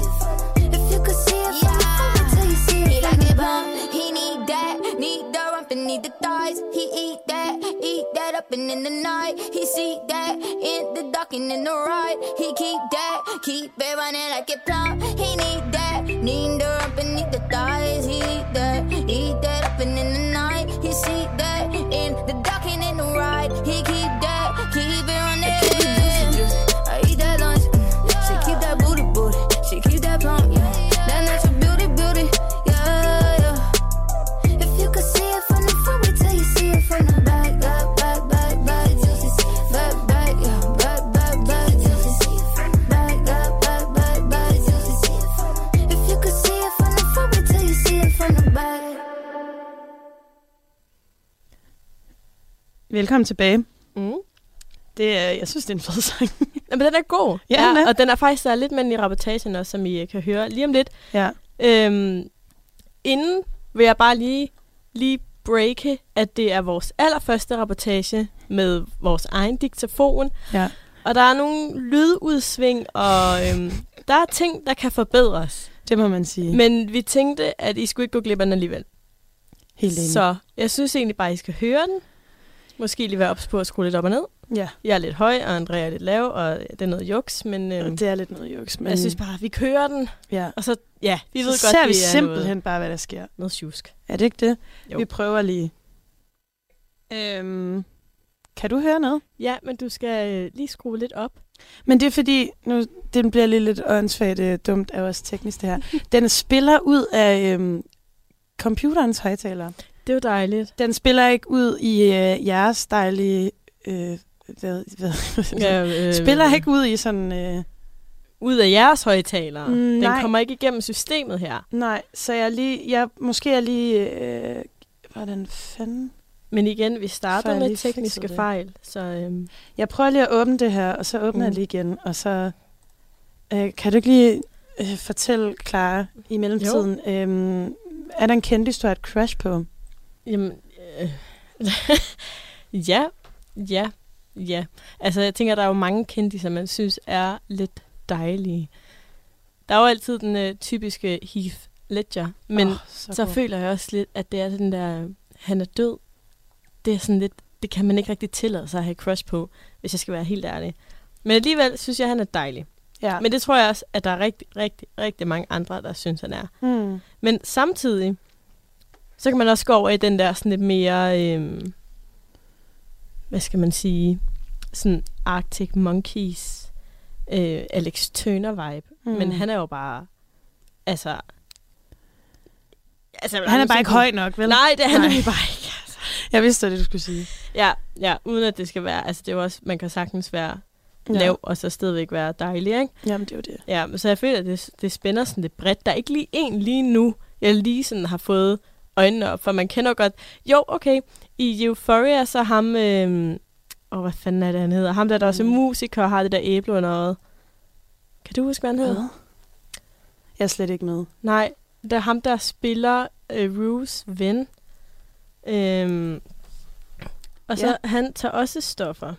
If you could see it from the front, wait till you see it
He
from
like
the
it
back.
bump, he need that, need the rump and need the thighs. He eat that, eat that up and in the night. He see that in the dark and in the right. He keep that, keep it running like it plump. He need that, need the rump and need the thighs. He eat that, eat that up and in the night. He see that in the dark and in the right. He keep that, keep it
Keep it juicy,
running.
juicy. I eat that lunch. mm. She keep that booty, booty. She keep that plump, yeah. That natural beauty, beauty, yeah, yeah. If you could see it from the front, wait till you see it from the back, back, back, back, back, juicy. Back, back, yeah, back, back, back, juicy. Back, back, back, back, back, juicy. If you could see it from the front, wait till you see it from the back.
Velkommen tilbage.
Mm.
Det, øh, jeg synes, det er en fed sang.
Jamen, den er god.
Ja, den er.
og den er faktisk, der er lidt mand i rapportagen også, som I øh, kan høre lige om lidt.
ja.
Øhm, inden vil jeg bare lige, lige breake, at det er vores allerførste rapportage med vores egen diktafon.
<laughs> Ja.
Og der er nogle lydudsving, og øhm, der er ting, der kan forbedres.
Det må man sige.
Men vi tænkte, at I skulle ikke gå glip af den alligevel.
Helt enig.
Så jeg synes egentlig bare, I skal høre den. Måske lige være ops på at skrue lidt op og ned.
Ja,
Jeg er lidt høj, og Andrea er lidt lav, og det er noget juks, men øhm,
det er lidt noget juks, men
jeg synes bare, at vi kører den.
ja.
Og så, ja, vi ved
så
godt,
ser
det
vi
er
simpelthen
noget,
bare, hvad der sker.
noget sjusk.
Er det ikke det?
Jo.
Vi prøver lige. Øhm, kan du høre noget?
Ja, men du skal øh, lige skrue lidt op.
Men det er fordi, nu, den bliver lige lidt åndssvagt øh, dumt af os teknisk det her. Den spiller ud af øhm, computerens højtalere.
Det var <laughs> dejligt.
Den spiller ikke ud i øh, jeres dejlige... Øh, hvad, hvad, ja,
øh,
<laughs> spiller ikke ud i sådan... Øh,
ud af jeres højtalere.
Mm,
den
nej.
kommer ikke igennem systemet her.
nej, så jeg lige... Jeg, måske jeg lige... Øh, hvordan fanden...
Men igen, vi
Så
starter
jeg
med
lige fikset
tekniske
det.
fejl. Så øhm,
Jeg prøver lige at åbne det her, og så åbner mm.
Mm.
jeg lige igen, og så... Øh, kan du ikke lige øh, fortælle, Clara, i mellemtiden, øh, er der en kendis, du har et crush på?
jamen, øh, <laughs> ja, ja, ja. Altså, jeg tænker, der er jo mange kendiser, man synes er lidt dejlige. Der er jo altid den øh, typiske Heath Ledger, men
Åh,
så
god.
føler jeg også lidt, at det er den der, øh, han er død. Det er sådan lidt, det kan man ikke rigtig tillade sig at have crush på, hvis jeg skal være helt ærlig. Men alligevel synes jeg, han er dejlig.
ja.
Men det tror jeg også, at der er rigtig, rigtig, rigtig mange andre, der synes, han er.
mm.
Men samtidig, så kan man også gå over i den der sådan lidt mere, øhm, hvad skal man sige, sådan Arctic Monkeys, øh, Alex Turner-vibe. Mm. Men han er jo bare, altså... altså
han er bare ikke høj nok, vel?
Nej, det er han
Nej.
nemlig bare ikke. Altså.
Jeg vidste, det du skulle sige.
Ja, ja, uden at det skal være, altså det er jo også, man kan sagtens være
Ja.
lav, og så stadigvæk være dejlig, ikke?
Jamen, det er jo det.
Ja, men så jeg føler, at det, det spænder sådan lidt bredt. Der er ikke lige en lige nu, jeg lige sådan har fået øjnene op, for man kender jo godt... Jo, okay, i Euphoria, så ham... Øh, åh, hvad fanden er det, han hedder? Ham der, der også er
Mm.
musiker og har det der æble under øjet. Kan du huske, hvad han hedder?
Jeg er slet ikke med.
Nej, det er ham, der spiller øh, Rues ven. Øhm, og så
Ja.
han tager også stoffer.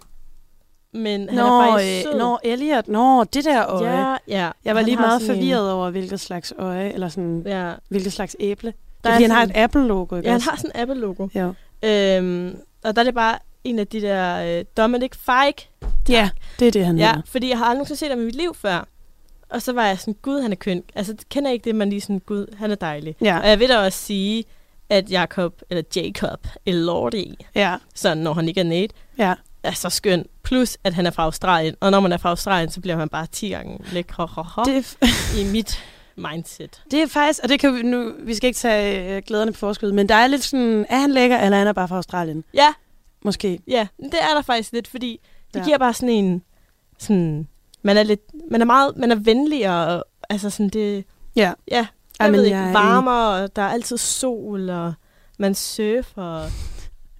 Men han
Nå,
er faktisk sød.
øh, nå, Elliot, nå, det der øje. Ja,
ja, ja.
jeg var
Han
lige
har
meget
sådan en-
forvirret over, hvilket slags øje, eller sådan, ja.
Ja,
hvilket slags æble. Der
Der er
er fordi han har
sådan-
et Apple-logo, ikke
ja han
også?
har sådan en Apple-logo.
Jo.
Øhm, og der er det bare en af de der øh, Dominic Fike.
Ja, det er det, han
Ja,
hedder.
fordi jeg har aldrig nogensinde set ham i mit liv før. Og så var jeg sådan, gud, han er køn. Altså, kender jeg ikke det, man lige sådan, gud, han er dejlig.
Ja,
Og jeg vil da også sige, at Jacob, eller Jacob, Elordi,
ja,
sådan når han ikke er Nate,
ja.
er så skøn. Plus, at han er fra Australien. Og når man er fra Australien, så bliver man bare 10 gange lækre
Det,
det...
er f- <laughs>
i mit mindset.
det er faktisk, og det kan vi nu, vi skal ikke tage øh, glæderne på forskud, men der er lidt sådan, er han lækker, eller er han er bare fra Australien?
Ja,
Måske.
Ja, men det er der faktisk lidt, fordi
Ja.
det ja. giver bare sådan en... Sådan, man er lidt... Man er meget... Man er venligere, og, altså sådan det...
Ja.
Ja,
Ej,
jeg
men
ved ikke,
jeg er
varmere, og der er altid sol, og man surfer, og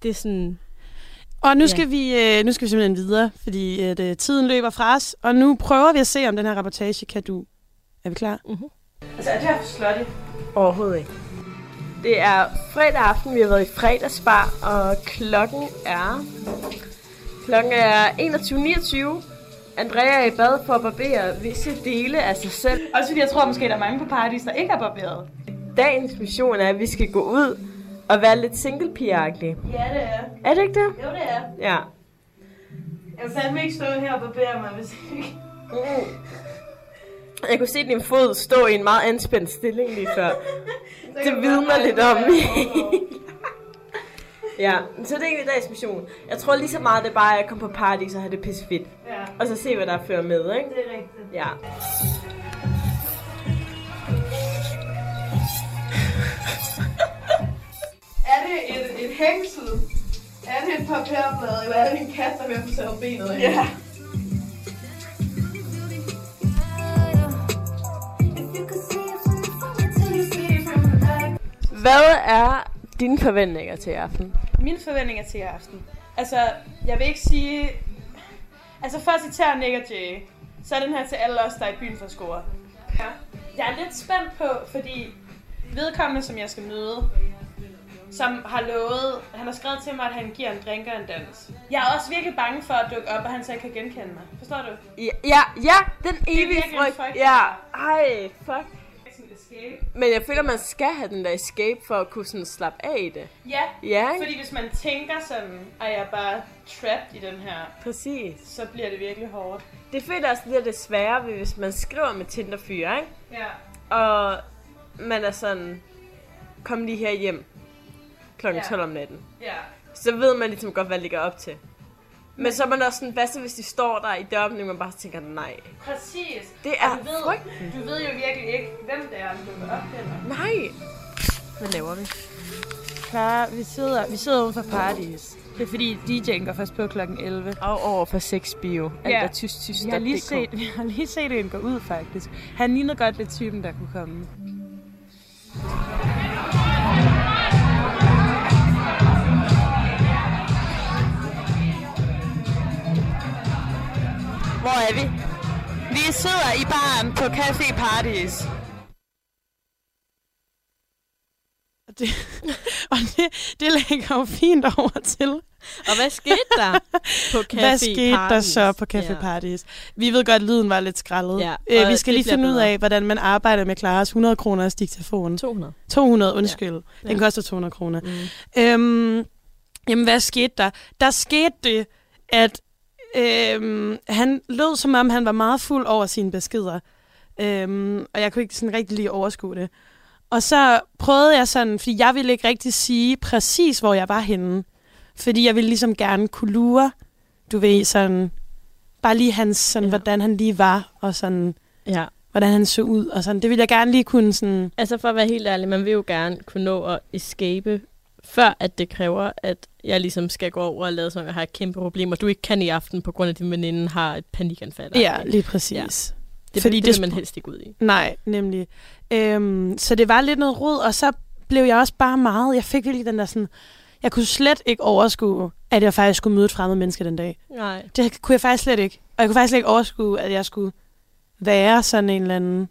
det er sådan...
Og nu
Ja.
skal, vi, øh, nu skal vi simpelthen videre, fordi at, øh, tiden løber fra os, og nu prøver vi at se, om den her reportage kan du. Er vi klar?
Mm.
Altså, er det her for slutty? Overhovedet ikke. Det er fredag aften, vi har været i fredagsbar, og klokken er... Klokken er 21.29. Andrea er i bad for at barbere visse dele af sig selv.
Også fordi jeg tror måske, der er mange på paradis, der ikke er barberet.
Dagens mission er, at vi skal gå ud og være lidt singlepigeagtige.
Ja, det er.
Er det ikke det?
Jo, det er.
Ja.
Jeg kan fandme ikke stå her og barbere mig, hvis ikke...
Jeg kunne se din fod stå i en meget anspændt stilling lige
<laughs>
før. Det vidner lidt om. <laughs> ja, så det er egentlig dagens mission. Jeg tror lige så meget, det er bare at komme på party, så have det pisse fedt.
Ja,
Og så se, hvad der fører med, ikke?
det er rigtigt.
Ja.
Er det et, et hængsel? Er det et papirblad, eller er det en kat, der vil få taget benet af? Ja.
Hvad er dine forventninger til i aften?
Mine forventninger til i aften. Altså, jeg vil ikke sige... Altså, for at citere Nick og Jay, så er den her til alle os, der er i byen for at score. Ja. Jeg er lidt spændt på, fordi vedkommende, som jeg skal møde, som har lovet, han har skrevet til mig, at han giver en drink og en dans. Jeg er også virkelig bange for at dukke op, og han så ikke kan genkende mig. Forstår du?
Ja, ja, ja den evige
virkelig en
frygt.
frygt.
Ja, ej, fuck.
Det er sådan et escape.
Men jeg føler, man skal have den der escape for at kunne sådan slappe af i det.
Ja,
Ja, ikke?
fordi hvis man tænker sådan, at jeg er bare trapped i den her,
Præcis.
så bliver det virkelig hårdt.
Det føler også lidt det svære, ved, hvis man skriver med Tinder-fyre, ikke?
Ja.
Og man er sådan, kom lige her hjem kl.
Ja.
12 om natten.
Ja.
Så ved man ligesom godt, hvad det ligger op til. Men så er man også sådan, hvad så hvis de står der i døråbningen, man bare tænker, nej.
Præcis.
Det
Og
er
du ved,
frygten.
du ved jo virkelig ikke, hvem det er, om du går op eller.
Nej. Hvad laver vi?
Clara, vi sidder, vi sidder udenfor Paradis. Det er fordi, DJ'en går først på kl. 11.
Og over for sexbio. Alt
Ja.
er tyst, tyst.
Jeg har lige set, <laughs> jeg har lige set en gå ud, faktisk. Han lignede godt lidt typen, der kunne komme.
Hvor er vi? Vi sidder i baren på Café Paradis.
Og det, og det, det lægger jo fint over til,
Og hvad skete der
<laughs>
på Café
hvad skete der
Paradis?
så på Café
Ja.
Paradis? Vi ved godt, at lyden var lidt skrællet.
Ja,
øh,
og
vi skal
det
lige
bliver
finde ud
bedre.
af, hvordan man arbejder med Klaras 100 kroners diktafon.
200.
200, undskyld. Den
Ja.
koster 200 kroner.
Mm.
Øhm, jamen, hvad skete der? Der skete det, at øhm, han lød som om, han var meget fuld over sine beskeder. Øhm, og jeg kunne ikke sådan rigtig lige overskue det. Og så prøvede jeg sådan, fordi jeg ville ikke rigtig sige præcis, hvor jeg var henne. Fordi jeg ville ligesom gerne kunne lure, du ved, sådan, bare lige hans, sådan,
Ja.
ja. hvordan han lige var, og sådan,
Ja.
hvordan han så ud, og sådan. Det ville jeg gerne lige kunne sådan,
Altså for at være helt ærlig, man vil jo gerne kunne nå at escape, før at det kræver, at jeg ligesom skal gå over og lade som om, jeg har et kæmpe problem, og du ikke kan i aften, på grund af, at din veninde har et panikanfald.
ja,
det,
lige præcis. Ja.
det,
fordi
fordi det,
det
det vil man
sp-
helst ikke ud i.
Nej, nemlig. Øhm, så det var lidt noget rod, og så blev jeg også bare meget... Jeg fik virkelig den der sådan... Jeg kunne slet ikke overskue, at jeg faktisk skulle møde et fremmed menneske den dag.
Nej.
Det kunne jeg faktisk slet ikke. Og jeg kunne faktisk slet ikke overskue, at jeg skulle være sådan en eller anden...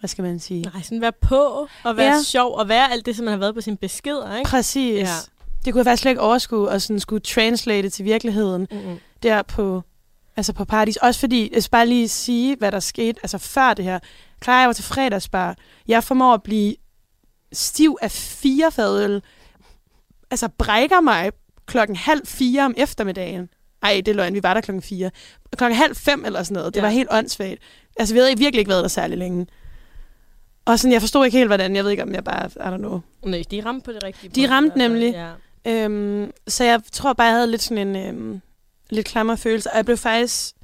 Hvad skal man sige?
Nej, sådan være på, og være ja.
Ja.
sjov, og være alt det, som man har været på sine beskeder, ikke?
Præcis.
Ja.
Ja. Det kunne jeg faktisk slet ikke overskue, og sådan skulle translate det til virkeligheden.
Mm-hmm.
der på, altså på Paradis. Også fordi, jeg skal bare lige sige, hvad der skete, altså før det her. Clara, jeg var til fredagsbar. Jeg formår at blive stiv af fire fadøl. Altså brækker mig klokken halv fire om eftermiddagen. Ej, det er løgn, vi var der klokken fire. Klokken halv fem eller sådan noget. Det
Ja.
ja. var helt åndssvagt. Altså, vi havde virkelig ikke været der særlig længe. Og sådan, jeg forstod ikke helt, hvordan. Jeg ved ikke, om jeg bare, I don't know.
Nej, de ramte på det
De
rigtige. punkt i
ramte
hvert fald,
nemlig.
Ja.
Øhm, så jeg tror bare, jeg havde lidt sådan en øhm, lidt klammer følelse. Og jeg blev faktisk...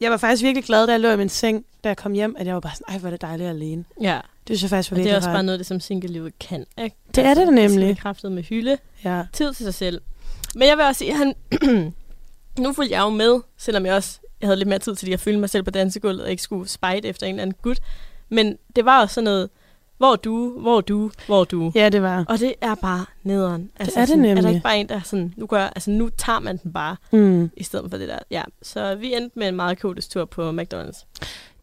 Jeg var faktisk virkelig glad, da jeg lå i min seng, da jeg kom hjem, at jeg var bare sådan, ej, hvor er det dejligt alene.
ja.
Det synes jeg faktisk var
Og det er
virkelig
også bare
rart.
noget, af det som single-livet kan, ikke? Altså,
Det er det nemlig.
Kraftet med hylde.
Ja.
tid til sig selv. Men jeg vil også sige, at han... <clears throat> nu fulgte jeg jo med, selvom jeg også jeg havde lidt mere tid til, at jeg følte mig selv på dansegulvet og ikke skulle spejde efter en eller anden gut. Men det var også sådan noget, hvor er du, hvor er du, hvor er du. Ja.
ja, det var.
Og det er bare nederen. Altså
er det
sådan, Er der
nemlig.
ikke bare en, der er sådan, nu, gør, altså, nu tager man den bare,
Mm.
i stedet for det der. Ja, så vi endte med en meget kaotisk tur på McDonald's.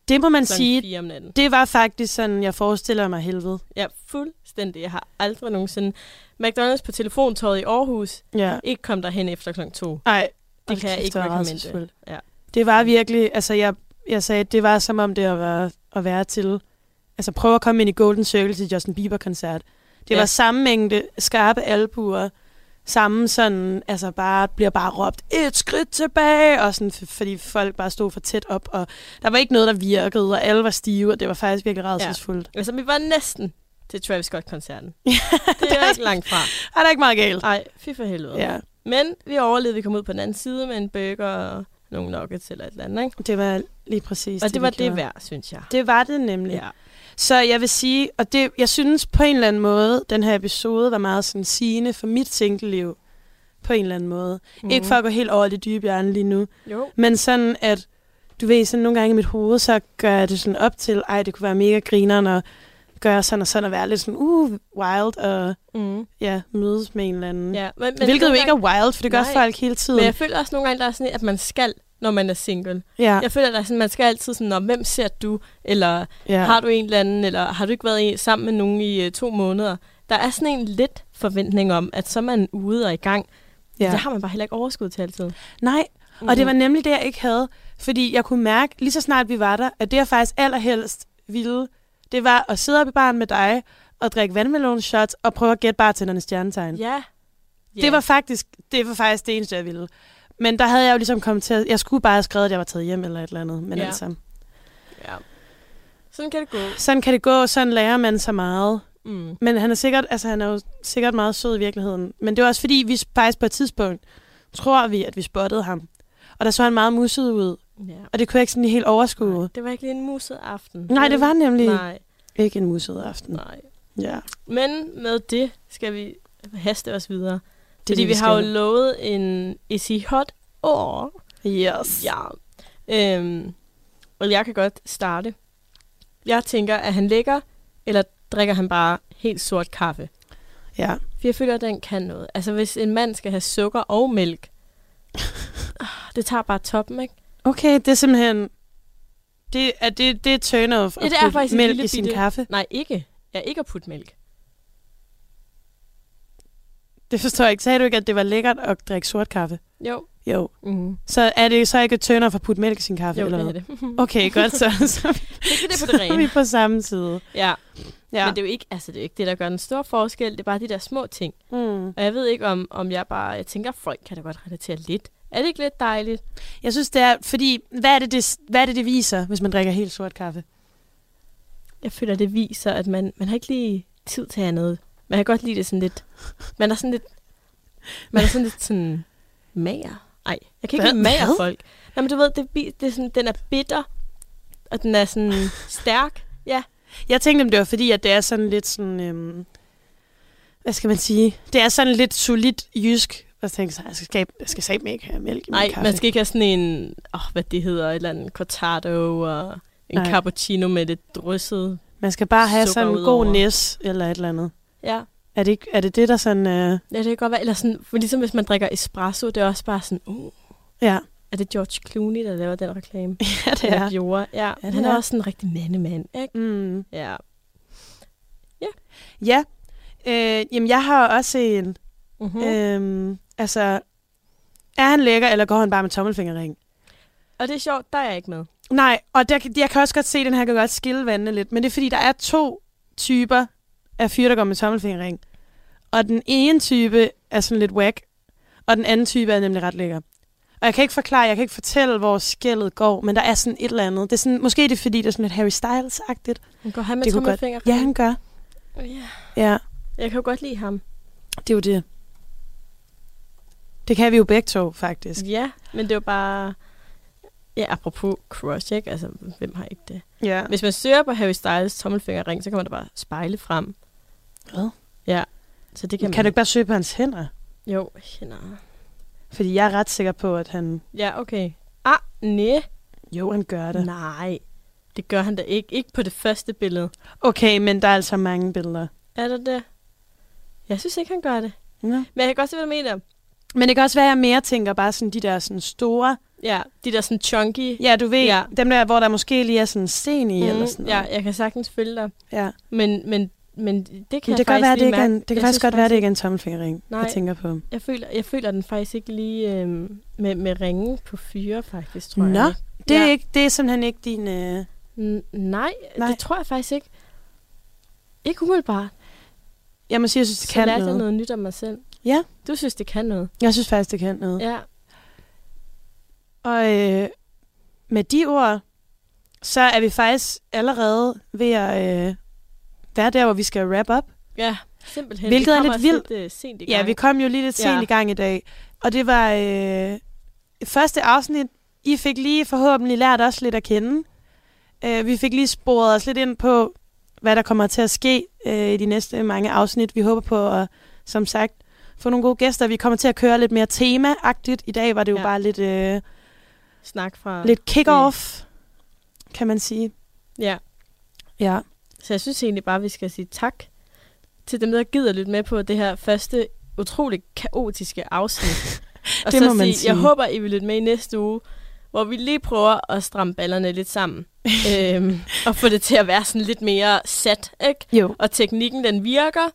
Det må man
Sige,
sige,
4 om natten.
det var faktisk sådan, jeg forestiller mig helvede.
Ja, fuldstændig. Jeg har aldrig nogensinde... McDonald's på telefontøjet i Aarhus.
Ja.
Ikke kom derhen efter klokken to.
Ej,
Det
hold
kan jeg
kæft,
ikke
det var
recommende.
rædselsfuldt.
Ja.
Det var virkelig, altså jeg, jeg sagde, det var som om det at være, at være til, altså prøve at komme ind i Golden Circle til Justin Bieber-koncert. Det
Ja.
ja. var samme mængde skarpe albuer, samme sådan, altså bare, bliver bare råbt, et skridt tilbage, og sådan, f- fordi folk bare stod for tæt op, og der var ikke noget, der virkede, og alle var stive, og det var faktisk virkelig rædselsfuldt.
Altså, vi var næsten til Travis Scott-koncerten. <laughs>
<laughs>
det er
er
ikke langt fra.
Ja. Er der ikke meget galt?
Nej, fy for helvede.
Ja,
Men vi overlevede, vi kom ud på den anden side med en burger og nogle nuggets eller et eller andet, ikke?
det var lige præcis
Og det var
vi
det
gjorde.
værd, synes jeg.
Det var det nemlig.
Ja.
Så jeg vil sige, og det, jeg synes på en eller anden måde, den her episode var meget sådan sigende for mit single-liv. På en eller anden måde.
Mhm.
Mm. Ikke for at gå helt over i det dybe hjørne lige nu,
Jo.
men sådan at, du ved, sådan nogle gange i mit hoved, så gør jeg det sådan op til, ej, det kunne være mega grineren at gøre sådan og sådan og være lidt sådan, uh, wild og
Mm.
ja, mødes med en eller anden.
Ja, men, men
Hvilket jo
nogle
ikke er wild, for det gør
Nej.
folk hele tiden.
Men jeg føler også nogle gange, der er sådan, lidt, at man skal, når man er single.
ja,
Jeg føler, at der er sådan, man skal altid sådan, "Nå, hvem ser du? Eller
ja.
ja. har du en eller anden? Eller har du ikke været i, sammen med nogen i øh, to måneder? Der er sådan en lidt forventning om, at så er man ude og i gang. Ja. Det
ja.
har man bare heller ikke overskud til altid.
Nej, mm. og det var
Mm-hmm.
nemlig det, jeg ikke havde. Fordi jeg kunne mærke, lige så snart vi var der, at det jeg faktisk allerhelst ville, det var at sidde oppe i baren med dig og drikke vandmelonshots og prøve at gætte bartendernes stjernetegn.
Ja. ja.
Det var faktisk det, var faktisk det eneste, jeg ville. Men der havde jeg jo ligesom kommet til, at jeg skulle bare have skrevet, at jeg var taget hjem eller et eller andet. Men
Ja.
ja. altså,
Ja. Sådan kan det gå.
sådan kan det gå, sådan lærer man så meget.
Mm.
Men han er, sikkert, altså, han er jo sikkert meget sød i virkeligheden. Men det var også fordi, vi faktisk på et tidspunkt, tror vi, at vi spottede ham. Og der så han meget musset ud,
Ja.
og det kunne jeg ikke sådan lige helt overskue.
Det var ikke lige en muset aften.
Nej, det var nemlig Nej.
Nej,
ikke en musset aften.
nej.
Ja.
Men med det skal vi haste os videre.
Det
Det
er
Fordi
det,
vi,
vi
har jo
skal.
lovet en Is he hot år.
Yes.
Ja. Øhm, og jeg kan godt starte. Jeg tænker, at han ligger, eller drikker han bare helt sort kaffe?
ja.
For jeg føler, at den kan noget. Altså, hvis en mand skal have sukker og mælk, ah, det tager bare toppen, ikke?
Okay, det er simpelthen... Det er, det, det er turn-off
Ja,
at
det er faktisk
putte
en
mælk
lille
i sin
bitte-
kaffe.
Nej, ikke. Ja, ikke at putte mælk.
Det forstår jeg ikke. Sagde du ikke, at det var lækkert at drikke sort kaffe?
Jo.
Jo.
Mm.
Så er det så ikke et turn off at putte mælk i sin kaffe?
Jo,
eller
det er
hvad?
det.
Okay, godt.
<laughs>
Så, så, er vi-
Det, det er på det <laughs>
så er vi
rene.
på samme side.
Ja.
Ja.
Men det er jo ikke, altså, det, er jo ikke det, der gør den store forskel. Det er bare de der små ting.
mm.
Og jeg ved ikke, om, om jeg bare... Jeg tænker, folk kan da godt relatere lidt. Er det ikke lidt dejligt?
Jeg synes, det er... Fordi, hvad er det, det, hvad er det, det viser, hvis man drikker helt sort kaffe?
Jeg føler, det viser, at man, man har ikke lige tid til andet. Man kan godt lide det sådan lidt... Man er sådan lidt... Man er sådan lidt sådan... Mager. Nej, jeg kan ikke
Hvad?
lide mager
Hvad?
folk. Nå, men du ved, det, vi- det er sådan, den er bitter. Og den er sådan stærk. Ja.
Jeg tænkte, om det var fordi, at det er sådan lidt sådan... Øhm, hvad skal man sige? Det er sådan lidt solidt jysk. Og så tænkte jeg, jeg skal, skabe, jeg skal sætte ikke have mælk i min
Nej,
kaffe.
man skal ikke have sådan en... Åh, oh, hvad det hedder. Et eller andet cortado og en
Nej.
Nej. cappuccino med lidt drysset.
man skal bare have
Sukker
sådan en
udover.
god næs eller et eller andet.
Ja.
Er det, ikke, er det det, der sådan... Øh,
Ja, det kan godt være. Eller sådan, for ligesom hvis man drikker espresso, det er også bare sådan, uh,
ja.
er det George Clooney, der laver den <laughs> reklame?
ja, det
Eller
er.
gjorde. Ja,
det
ja han er
er.
også sådan en rigtig mandemand, ikke?
Mm.
Ja.
Ja, øh, jamen jeg har jo også en.
Mm-hmm.
Mm.
Øh.
Øhm, altså, er han lækker, eller går han bare med tommelfingerring?
Og det er sjovt, der er jeg ikke med.
Nej, og der, kan- jeg kan også godt se, at den her kan godt skille vandene lidt, men det er fordi, der er to typer af fyre, der går med tommelfingerring. Og den ene type er sådan lidt whack, og den anden type er nemlig ret lækker. Og jeg kan ikke forklare, jeg kan ikke fortælle, hvor skældet går, men der er sådan et eller andet. Det er sådan, måske er det fordi, det er sådan lidt Harry Styles-agtigt.
Han går han med
Det kunne godt-
tommelfinger.
Ja, han gør.
ja.
Ja,
Jeg kan jo godt lide ham.
det er jo det. Det kan vi jo begge to, faktisk.
Ja, men det er jo bare... Ja, apropos crush, ikke? Altså, hvem har ikke det?
Ja.
Hvis man søger på Harry Styles tommelfingerring, så kommer der bare spejle frem.
Hvad?
Ja, så det kan,
Kan,
man...
kan du ikke bare søge på hans hænder?
Jo, hænder.
Fordi jeg er ret sikker på, at han...
Ja, okay. Ah, nej.
Jo, han gør det.
Nej, det gør han da ikke. Ikke på det første billede.
Okay, men der er altså mange billeder.
Er der det? Jeg synes ikke, han gør det.
Ja.
Men jeg kan godt se, hvad du mener.
Men det kan også være, at jeg mere tænker bare sådan de der sådan store...
Ja, de der sådan chunky.
Ja, du ved,
Ja. Mm-hmm.
ja. dem der, hvor der måske lige er sådan en sten i mm, eller sådan
ja,
noget.
jeg kan sagtens følge dig.
ja.
Men, men, men det kan
Men
jeg
det kan,
faktisk
godt være, det
lige
ikke er en,
mærke.
det kan
Jeg
faktisk
synes
godt være, det ikke er en tommelfingerring,
Nej.
jeg tænker på.
Jeg føler, jeg føler den faktisk ikke lige øhm, med, med ringe på fyre, faktisk, tror
Nå,
jeg.
det er,
Ja.
ikke, det er simpelthen ikke din... Øh...
N- nej, nej,
Nej.
det tror jeg faktisk ikke. Ikke umiddelbart.
Jeg må sige, jeg synes, det
Så
kan
lærte
noget.
jeg noget nyt om mig selv.
Ja.
Du synes, det kan noget.
Jeg synes faktisk, det kan noget. Ja.
Ja.
Og øh, med de ord, så er vi faktisk allerede ved at øh, være der, hvor vi skal wrap up.
Ja, simpelthen.
Hvilket
Vi
er
kommer
lidt
også Lidt, øh, sent i gang.
Ja, vi kom jo lige lidt sent
Ja.
ja. i gang i dag, og det var øh, første afsnit. I fik lige forhåbentlig lært os lidt at kende. Øh, vi fik lige sporet os lidt ind på, hvad der kommer til at ske øh, i de næste mange afsnit. Vi håber på at, som sagt, få nogle gode gæster. Vi kommer til at køre lidt mere tema-agtigt. I dag var det jo
Ja.
ja. bare lidt, øh,
snak fra...
lidt kick-off, kan man sige.
Ja,
Ja.
Så jeg synes egentlig bare, at vi skal sige tak til dem, der gider lytte med på det her første utrolig kaotiske
<laughs>
afsnit. Og
Det
så
må man sige.
Jeg håber, I vil lytte med i næste uge, hvor vi lige prøver at stramme ballerne lidt
<laughs>
sammen. øhm, og få det til at være sådan lidt mere sat, ikke?
Jo.
Og teknikken, den virker.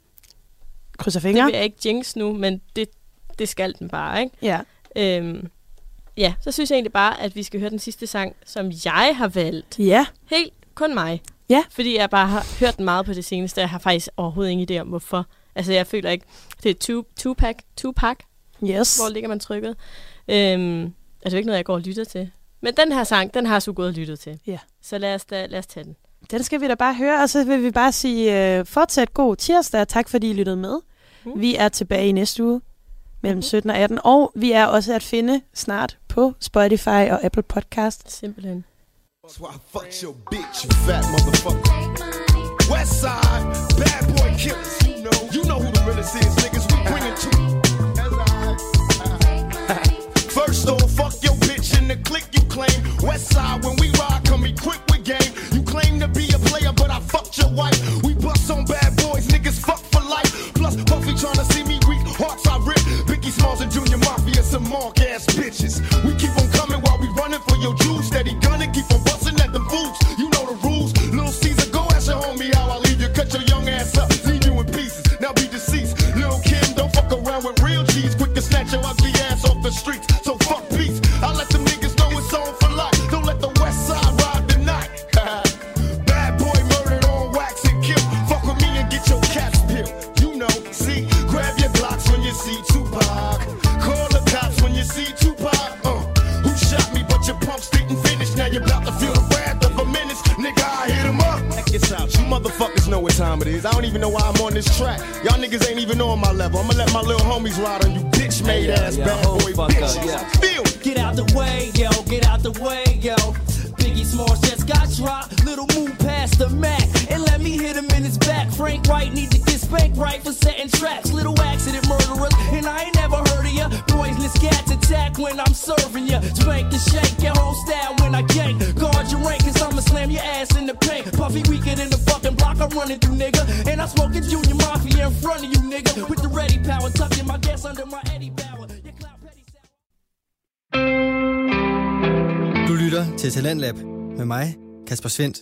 Krydser
Det
fingre.
vil jeg ikke jinx nu, men det, det skal den bare, ikke?
Ja.
Øhm, ja, så synes jeg egentlig bare, at vi skal høre den sidste sang, som jeg har valgt.
Ja.
Helt kun mig.
Ja.
Fordi jeg bare har hørt den meget på det seneste. Jeg har faktisk overhovedet ingen idé om, hvorfor. Altså, jeg føler ikke... Det er tu, Tupac. Tupac.
Yes.
Hvor ligger man trykket? Øhm, altså, det er jo ikke noget, jeg går og lytter til. Men den her sang, den har Sue gået og lyttet til.
Ja.
Så lad os, da, lad os tage den.
Den skal vi da bare høre, og så vil vi bare sige øh, fortsat god tirsdag, og tak fordi I lyttede med.
Mm.
Vi er tilbage i næste uge
Mm-hmm.
mellem 17 og 18, og vi er også at finde snart på Spotify og Apple Podcast.
Simpelthen.
That's why I fucked your bitch, you fat motherfucker. West side, bad boy killers. You know, you know who the realest is, niggas. We bring it to you. First off, fuck your bitch and the click you claim. West side, when we ride, come equipped with game. You claim to be a player, but I fucked your wife. We bust on bad boys, niggas fuck for life. Plus, Puffy tryna see me weak, hearts I rip. Biggie Smalls and Junior Mafia, some mark ass bitches. We keep on coming while we running for your juice. Steady gunning, keep on busting at them fools. You know the rules. Little Caesar, go ask your homie how I leave you. Cut your young ass up, leave you in pieces. Now be deceased. Lil' Kim, don't fuck around with real G's. Quick to snatch your ugly ass off the streets. So fuck peace. I let them niggas know it's on for life. Don't let the West Side ride tonight. <laughs> Bad boy murdered on wax and kill. Fuck with me and get your caps peeled. You know, see, grab your blocks when you see Tupac. Call the cops when you see Tupac. Uh, who shot me? But your pumps didn't finish. Now you're about to feel the wrath of a menace. Nigga, I hit him up. Check this out. You motherfuckers know what time it is. I don't even know why I'm on this track. Y'all niggas ain't even on my level. I'ma let my little homies ride on you, bitch made ass bad boy bitch. Feel me.
Get out the way, yo. Get out the way, yo. Biggie Smalls just got dropped. Little move past the Mac. And let me hit him in his back. Frank Wright need to get spanked right for setting traps. Little accident murderers. And I ain't never heard of ya. Poisonous cats attack when I'm serving ya. Spank and shake your whole style when I gank. Guard your rank, cause I'ma slam your ass in the paint. Puffy weaker than the fucking block I'm running through, nigga. And I'm smoking Junior Mafia in front of you, nigga. With the ready power, tucking my gas under my Eddie Bauer. Your clout petty sound-
Du lytter til Talentlab med mig, Kasper Svendt.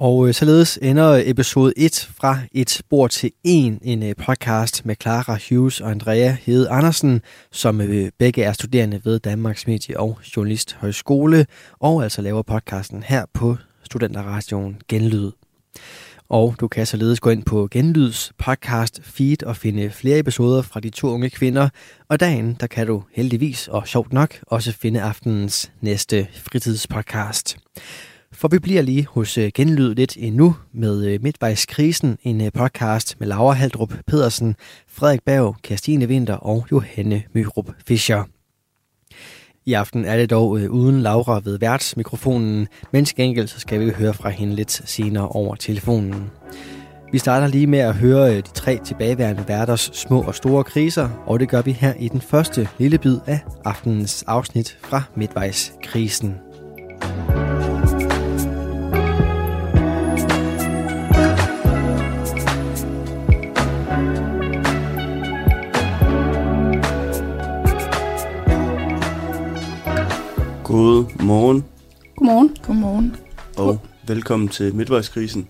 Og øh, således ender episode 1 fra Et bord til en, en øh, podcast med Clara Hughes og Andrea Hede Andersen, som øh, begge er studerende ved Danmarks Medie- og Journalisthøjskole, og altså laver podcasten her på Studenterradioen Genlyd. Og du kan således gå ind på Genlyds podcast feed og finde flere episoder fra de to unge kvinder. Og derinde, der kan du heldigvis og sjovt nok også finde aftenens næste fritidspodcast. For vi bliver lige hos øh, Genlyd lidt endnu med øh, Midtvejskrisen, en øh, podcast med Laura Haldrup Pedersen, Frederik Berg, Kirstine Vinter og Johanne Myrup Fischer. I aften er det dog øh, uden Laura ved værtsmikrofonen, men til gengæld så skal vi høre fra hende lidt senere over telefonen. Vi starter lige med at høre øh, de tre tilbageværende værters små og store kriser, og det gør vi her i den første lille bid af aftenens afsnit fra Midtvejskrisen.
God morgen
Godmorgen. Godmorgen.
og velkommen til Midtvejskrisen.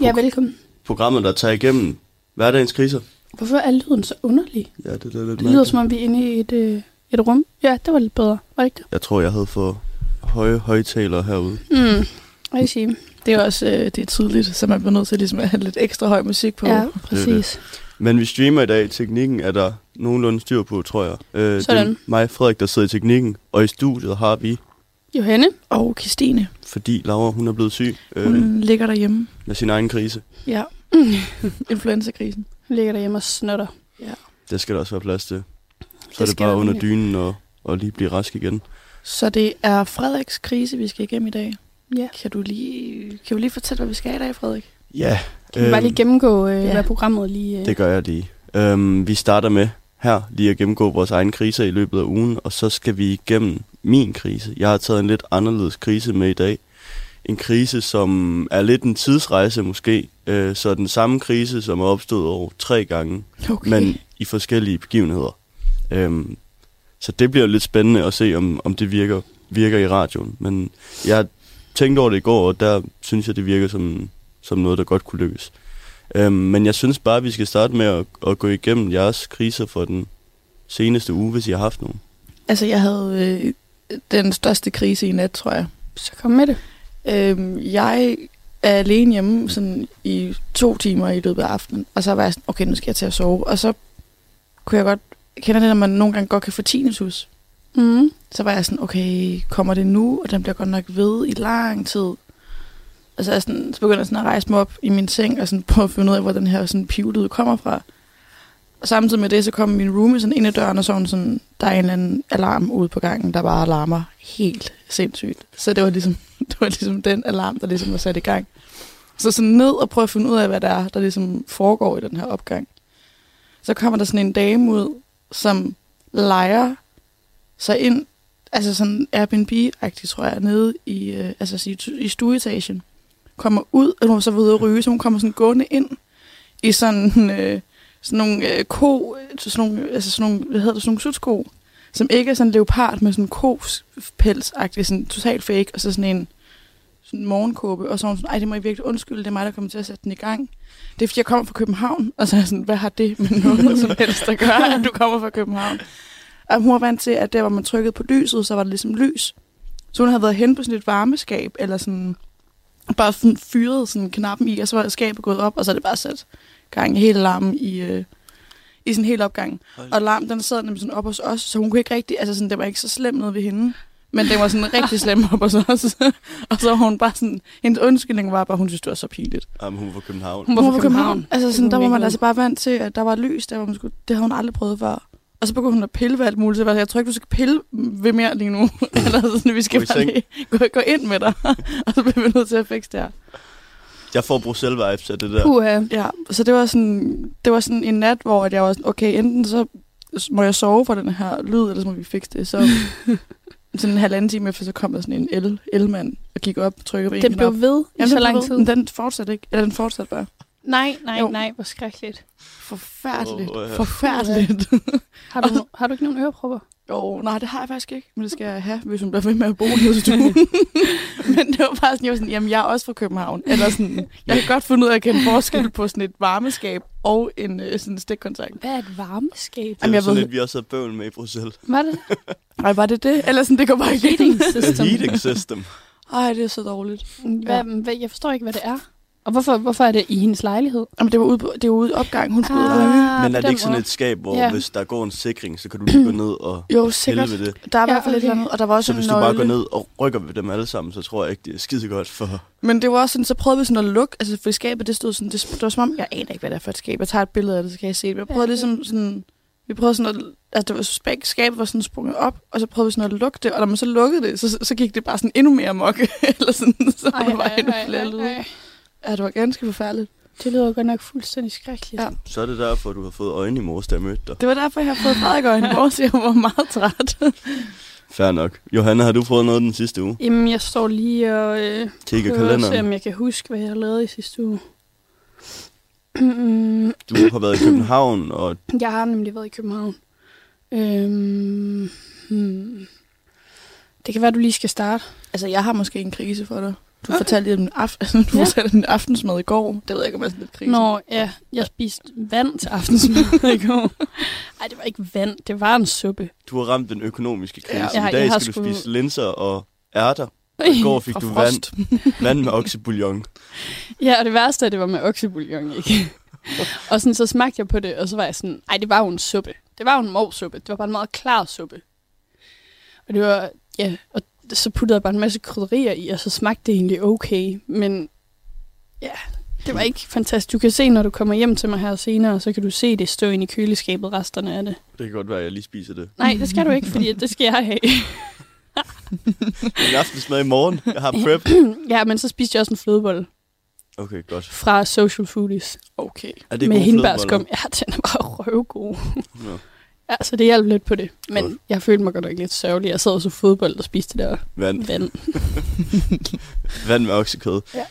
Ja, velkommen.
Programmet, der tager igennem hverdagens kriser.
Hvorfor er lyden så underlig?
Ja, det, er lidt
Det lyder, som om vi er inde i et, øh, et rum. Ja, det var lidt bedre. Var det ikke det?
Jeg tror, jeg havde for høje højtalere herude.
Mm. Hvad kan I sige?
Det er også øh, det er tidligt, så man bliver nødt til ligesom at have lidt ekstra høj musik på.
Ja, præcis.
Men vi streamer i dag. Teknikken er der nogenlunde styr på, tror jeg. Øh, Det
Sådan.
er mig og Frederik, der sidder i teknikken. Og i studiet har vi,
Johanne?
Og Kristine,
fordi Laura hun er blevet syg øh,
hun ligger derhjemme.
med sin egen krise.
<laughs>
Ja, influenzakrisen.
Hun ligger derhjemme og snotter.
Det skal der også være plads til.
Det
Så er det
skal
bare
der
under
nemlig.
dynen og, og lige blive rask igen.
Så det er Frederiks krise, vi skal igennem i dag.
Ja.
Kan du lige, kan du lige fortælle, hvad vi skal i dag, Frederik?
Ja,
Kan vi bare lige gennemgå, øh,
ja.
hvad programmet lige... Øh,
Det gør jeg lige. Øhm, vi starter med her lige at gennemgå vores egen krise i løbet af ugen, og så skal vi igennem min krise. Jeg har taget en lidt anderledes krise med i dag. en krise, som er lidt en tidsrejse måske. Øh, så den samme krise, som er opstået over tre gange,
Okay.
men i forskellige begivenheder. Øhm, så det bliver jo lidt spændende at se, om, om det virker, virker i radioen. Men jeg tænkte over det i går, og der synes jeg, det virker som, som noget, der godt kunne lykkes. Øhm, men jeg synes bare, at vi skal starte med at, at gå igennem jeres kriser for den seneste uge, hvis I har haft nogen.
Altså, jeg havde øh, den største krise i nat, tror jeg.
Så kom med det.
Øhm, jeg er alene hjemme sådan i to timer i løbet af aftenen, og så var jeg sådan, okay, nu skal jeg til at sove. Og så kunne jeg godt, kender det, når man nogle gange godt kan få tinnitus.
Mm.
Så var jeg sådan, okay, kommer det nu? Og den bliver godt nok ved i lang tid. Og så, er jeg sådan, så begynder jeg sådan at rejse mig op i min seng og sådan <laughs> prøve at finde ud af, hvor den her sådan pivlyd kommer fra. Og samtidig med det, så kom min roomie sådan ind ad døren, og så var hun sådan, der er en eller anden alarm ude på gangen, der bare alarmer helt sindssygt. Så det var ligesom, <laughs> det var ligesom den alarm, der ligesom var sat i gang. Så sådan ned og prøve at finde ud af, hvad der er, der ligesom foregår i den her opgang. Så kommer der sådan en dame ud, som leger sig ind, altså sådan Airbnb-agtigt, tror jeg, nede i, øh, altså sådan i, i stueetagen. Kommer ud, og hun var så ved at ryge, så hun kommer sådan gående ind i sådan, øh, sådan nogle øh, ko, sådan nogle, altså sådan nogle, hvad hedder det, sådan nogle sutsko, som ikke er sådan leopard, men sådan kos pels sådan totalt fake, og så sådan en sådan en morgenkåbe, og så var hun sådan, ej, det må I virkelig undskylde, det er mig, der kommer til at sætte den i gang. Det er, fordi jeg kommer fra København, og så er jeg sådan, hvad har det med noget som helst at gøre, at du kommer fra København? Og hun var vant til, at der, hvor man trykkede på lyset, så var det ligesom lys. Så hun havde været hen på sådan et varmeskab, eller sådan bare sådan fyret sådan knappen i, og så var skabet gået op, og så er det bare sat gang i hele larmen i, øh, i sådan hele opgangen. Og larmen, den sad nemlig sådan op hos os, så hun kunne ikke rigtig, altså sådan, det var ikke så slemt noget ved hende. Men det var sådan rigtig slemt op hos os. og så var hun bare sådan, hendes undskyldning var bare, at hun synes, det var så pinligt.
Jamen, hun var fra København.
Hun var fra København. Altså sådan,
Det
der
kunne
var
hun
man
ikke
altså bare vant til, at der var lys, der hvor man skulle, det havde hun aldrig prøvet før. Og så begyndte hun at pille ved alt muligt. Så var jeg, jeg tror ikke, du skal pille ved mere lige
<laughs>
nu. <laughs> Eller sådan, vi
Gå
skal
i
bare
seng.
lige gå, gå, ind med dig. <laughs> og så bliver vi nødt til at fikse det her.
Jeg får Bruxelles-vibes af det der.
Puha. Ja, så det var sådan, det var sådan en nat, hvor at jeg var sådan, okay, enten så må jeg sove for den her lyd, eller så må vi fikse det. Så sådan en halvanden time efter, så kom der sådan en el, elmand og gik op og trykkede på en
Den blev
knap.
ved i
Jamen,
så
den
lang
blev ved.
tid.
Men Den fortsatte ikke. Eller den fortsatte bare.
Nej, nej,
Jo.
nej, hvor skrækkeligt.
Forfærdeligt.
Åh, ja.
Forfærdeligt.
Har du, har du ikke nogen ørepropper?
Jo, nej, det har jeg faktisk ikke, men det skal jeg have, hvis hun bliver ved med at bo nede
<laughs>
i stuen. <laughs> men det var bare sådan, jeg var sådan, jamen jeg er også fra København. Eller sådan, jeg kan godt finde ud af at kende forskel på sådan et varmeskab og en øh, sådan stikkontakt.
Hvad er et varmeskab?
Det er
Jamen,
jo
jeg
sådan
ved-
lidt, vi også havde bøvl med i Bruxelles. <laughs>
Var det
Nej, var det det? Eller sådan, det går bare ikke ind.
system?
Heating system.
Ej, det er så dårligt.
Hvad, hvad, jeg forstår ikke, hvad det er. Og hvorfor, hvorfor er det i hendes lejlighed?
Jamen, det var ude, på, det var ude i opgangen, hun skulle ud og ryge.
Ah,
Men er
på
det
den
ikke sådan
måde.
et skab, hvor
Ja.
ja. hvis der går en sikring, så kan
<clears throat>
du lige gå ned og
Jo,
pille
sikkert.
ved det?
Der er i
Ja,
hvert fald et
okay.
eller andet, og der var også
Så
en
hvis du bare
nøgle.
går ned og rykker ved dem alle sammen, så tror jeg ikke, det er skide godt for...
Men det var også sådan, så prøvede vi sådan at lukke, altså for skabet, det stod sådan, det, det var som om, jeg aner ikke, hvad det er for et skab, jeg tager et billede af det, så kan jeg se det. Jeg prøvede
Ja.
ligesom sådan, vi prøvede sådan at, altså det var spæk, skabet var sådan sprunget op, og så prøvede vi sådan at lukke det, og når man så lukkede det, så, så- så gik det bare sådan endnu mere mok, <laughs> eller sådan, så var der bare endnu flere lyde. Ja, det var ganske forfærdeligt.
Det lyder godt nok fuldstændig skrækkeligt.
Ja.
Så er det derfor, du har fået øjne i mors, da jeg mødte dig.
Det var derfor, jeg har fået Frederik
<laughs>
øjne i morges, jeg var meget træt.
Fair nok. Johanna, har du prøvet noget den sidste uge?
Jamen, jeg står lige og øh,
Kigger
prøver at se,
kalenderen.
om jeg kan huske, hvad jeg lavede i sidste uge.
<clears throat> Mm,
Du har været i København, og
jeg har nemlig været i København. Øhm, hmm. Det kan være, du lige skal starte.
altså, jeg har måske en krise for dig. Du
Okay.
fortalte lige om din, af, <laughs> altså, du
Ja.
fortalte om din aftensmad i går. Det ved jeg ikke, om jeg er sådan lidt krise.
Nå, ja, jeg spiste vand til aftensmad i går. <laughs> Ej, det var ikke vand, det var en suppe.
du har ramt den økonomiske krise.
Ja.
Ja,
I
jeg
dag
har
skal du
sgu-
spise linser og ærter. I
<laughs>
går fik
Fra
du
frost.
vand, vand med oksebouillon.
Ja, og det værste, er, at det var med oksebouillon, ikke? og sådan, så smagte jeg på det, og så var jeg sådan, nej, det var jo en suppe. Det var jo en morsuppe. Det var bare en meget klar suppe. Og det var, ja, og så puttede jeg bare en masse krydderier i, og så smagte det egentlig okay. Men ja, det var ikke fantastisk. Du kan se, når du kommer hjem til mig her senere, så kan du se det stå inde i køleskabet resterne af det.
Det kan godt være, at jeg lige spiser det.
Nej, det skal du ikke, fordi det skal jeg have.
Min aftensmad i morgen. Jeg har prep.
<clears throat> ja, men så spiste jeg også en flødebolle
Okay, godt.
fra Social Foodies.
Okay.
Er det
med
gode
hindbærskum.
flødeboller?
Ja, den er bare røvgod.
Nå.
Ja, så det hjalp lidt på det. Men jeg følte mig godt nok lidt sørgelig. Jeg sad og så fodbold og spiste det der
Vand.
vand.
<laughs> Vand med oksekød.
Ja.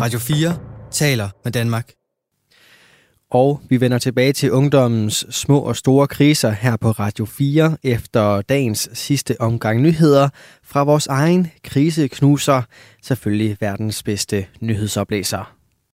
Radio 4 taler med Danmark. Og vi vender tilbage til ungdommens små og store kriser her på Radio 4 efter dagens sidste omgang nyheder fra vores egen kriseknuser, selvfølgelig verdens bedste nyhedsoplæser,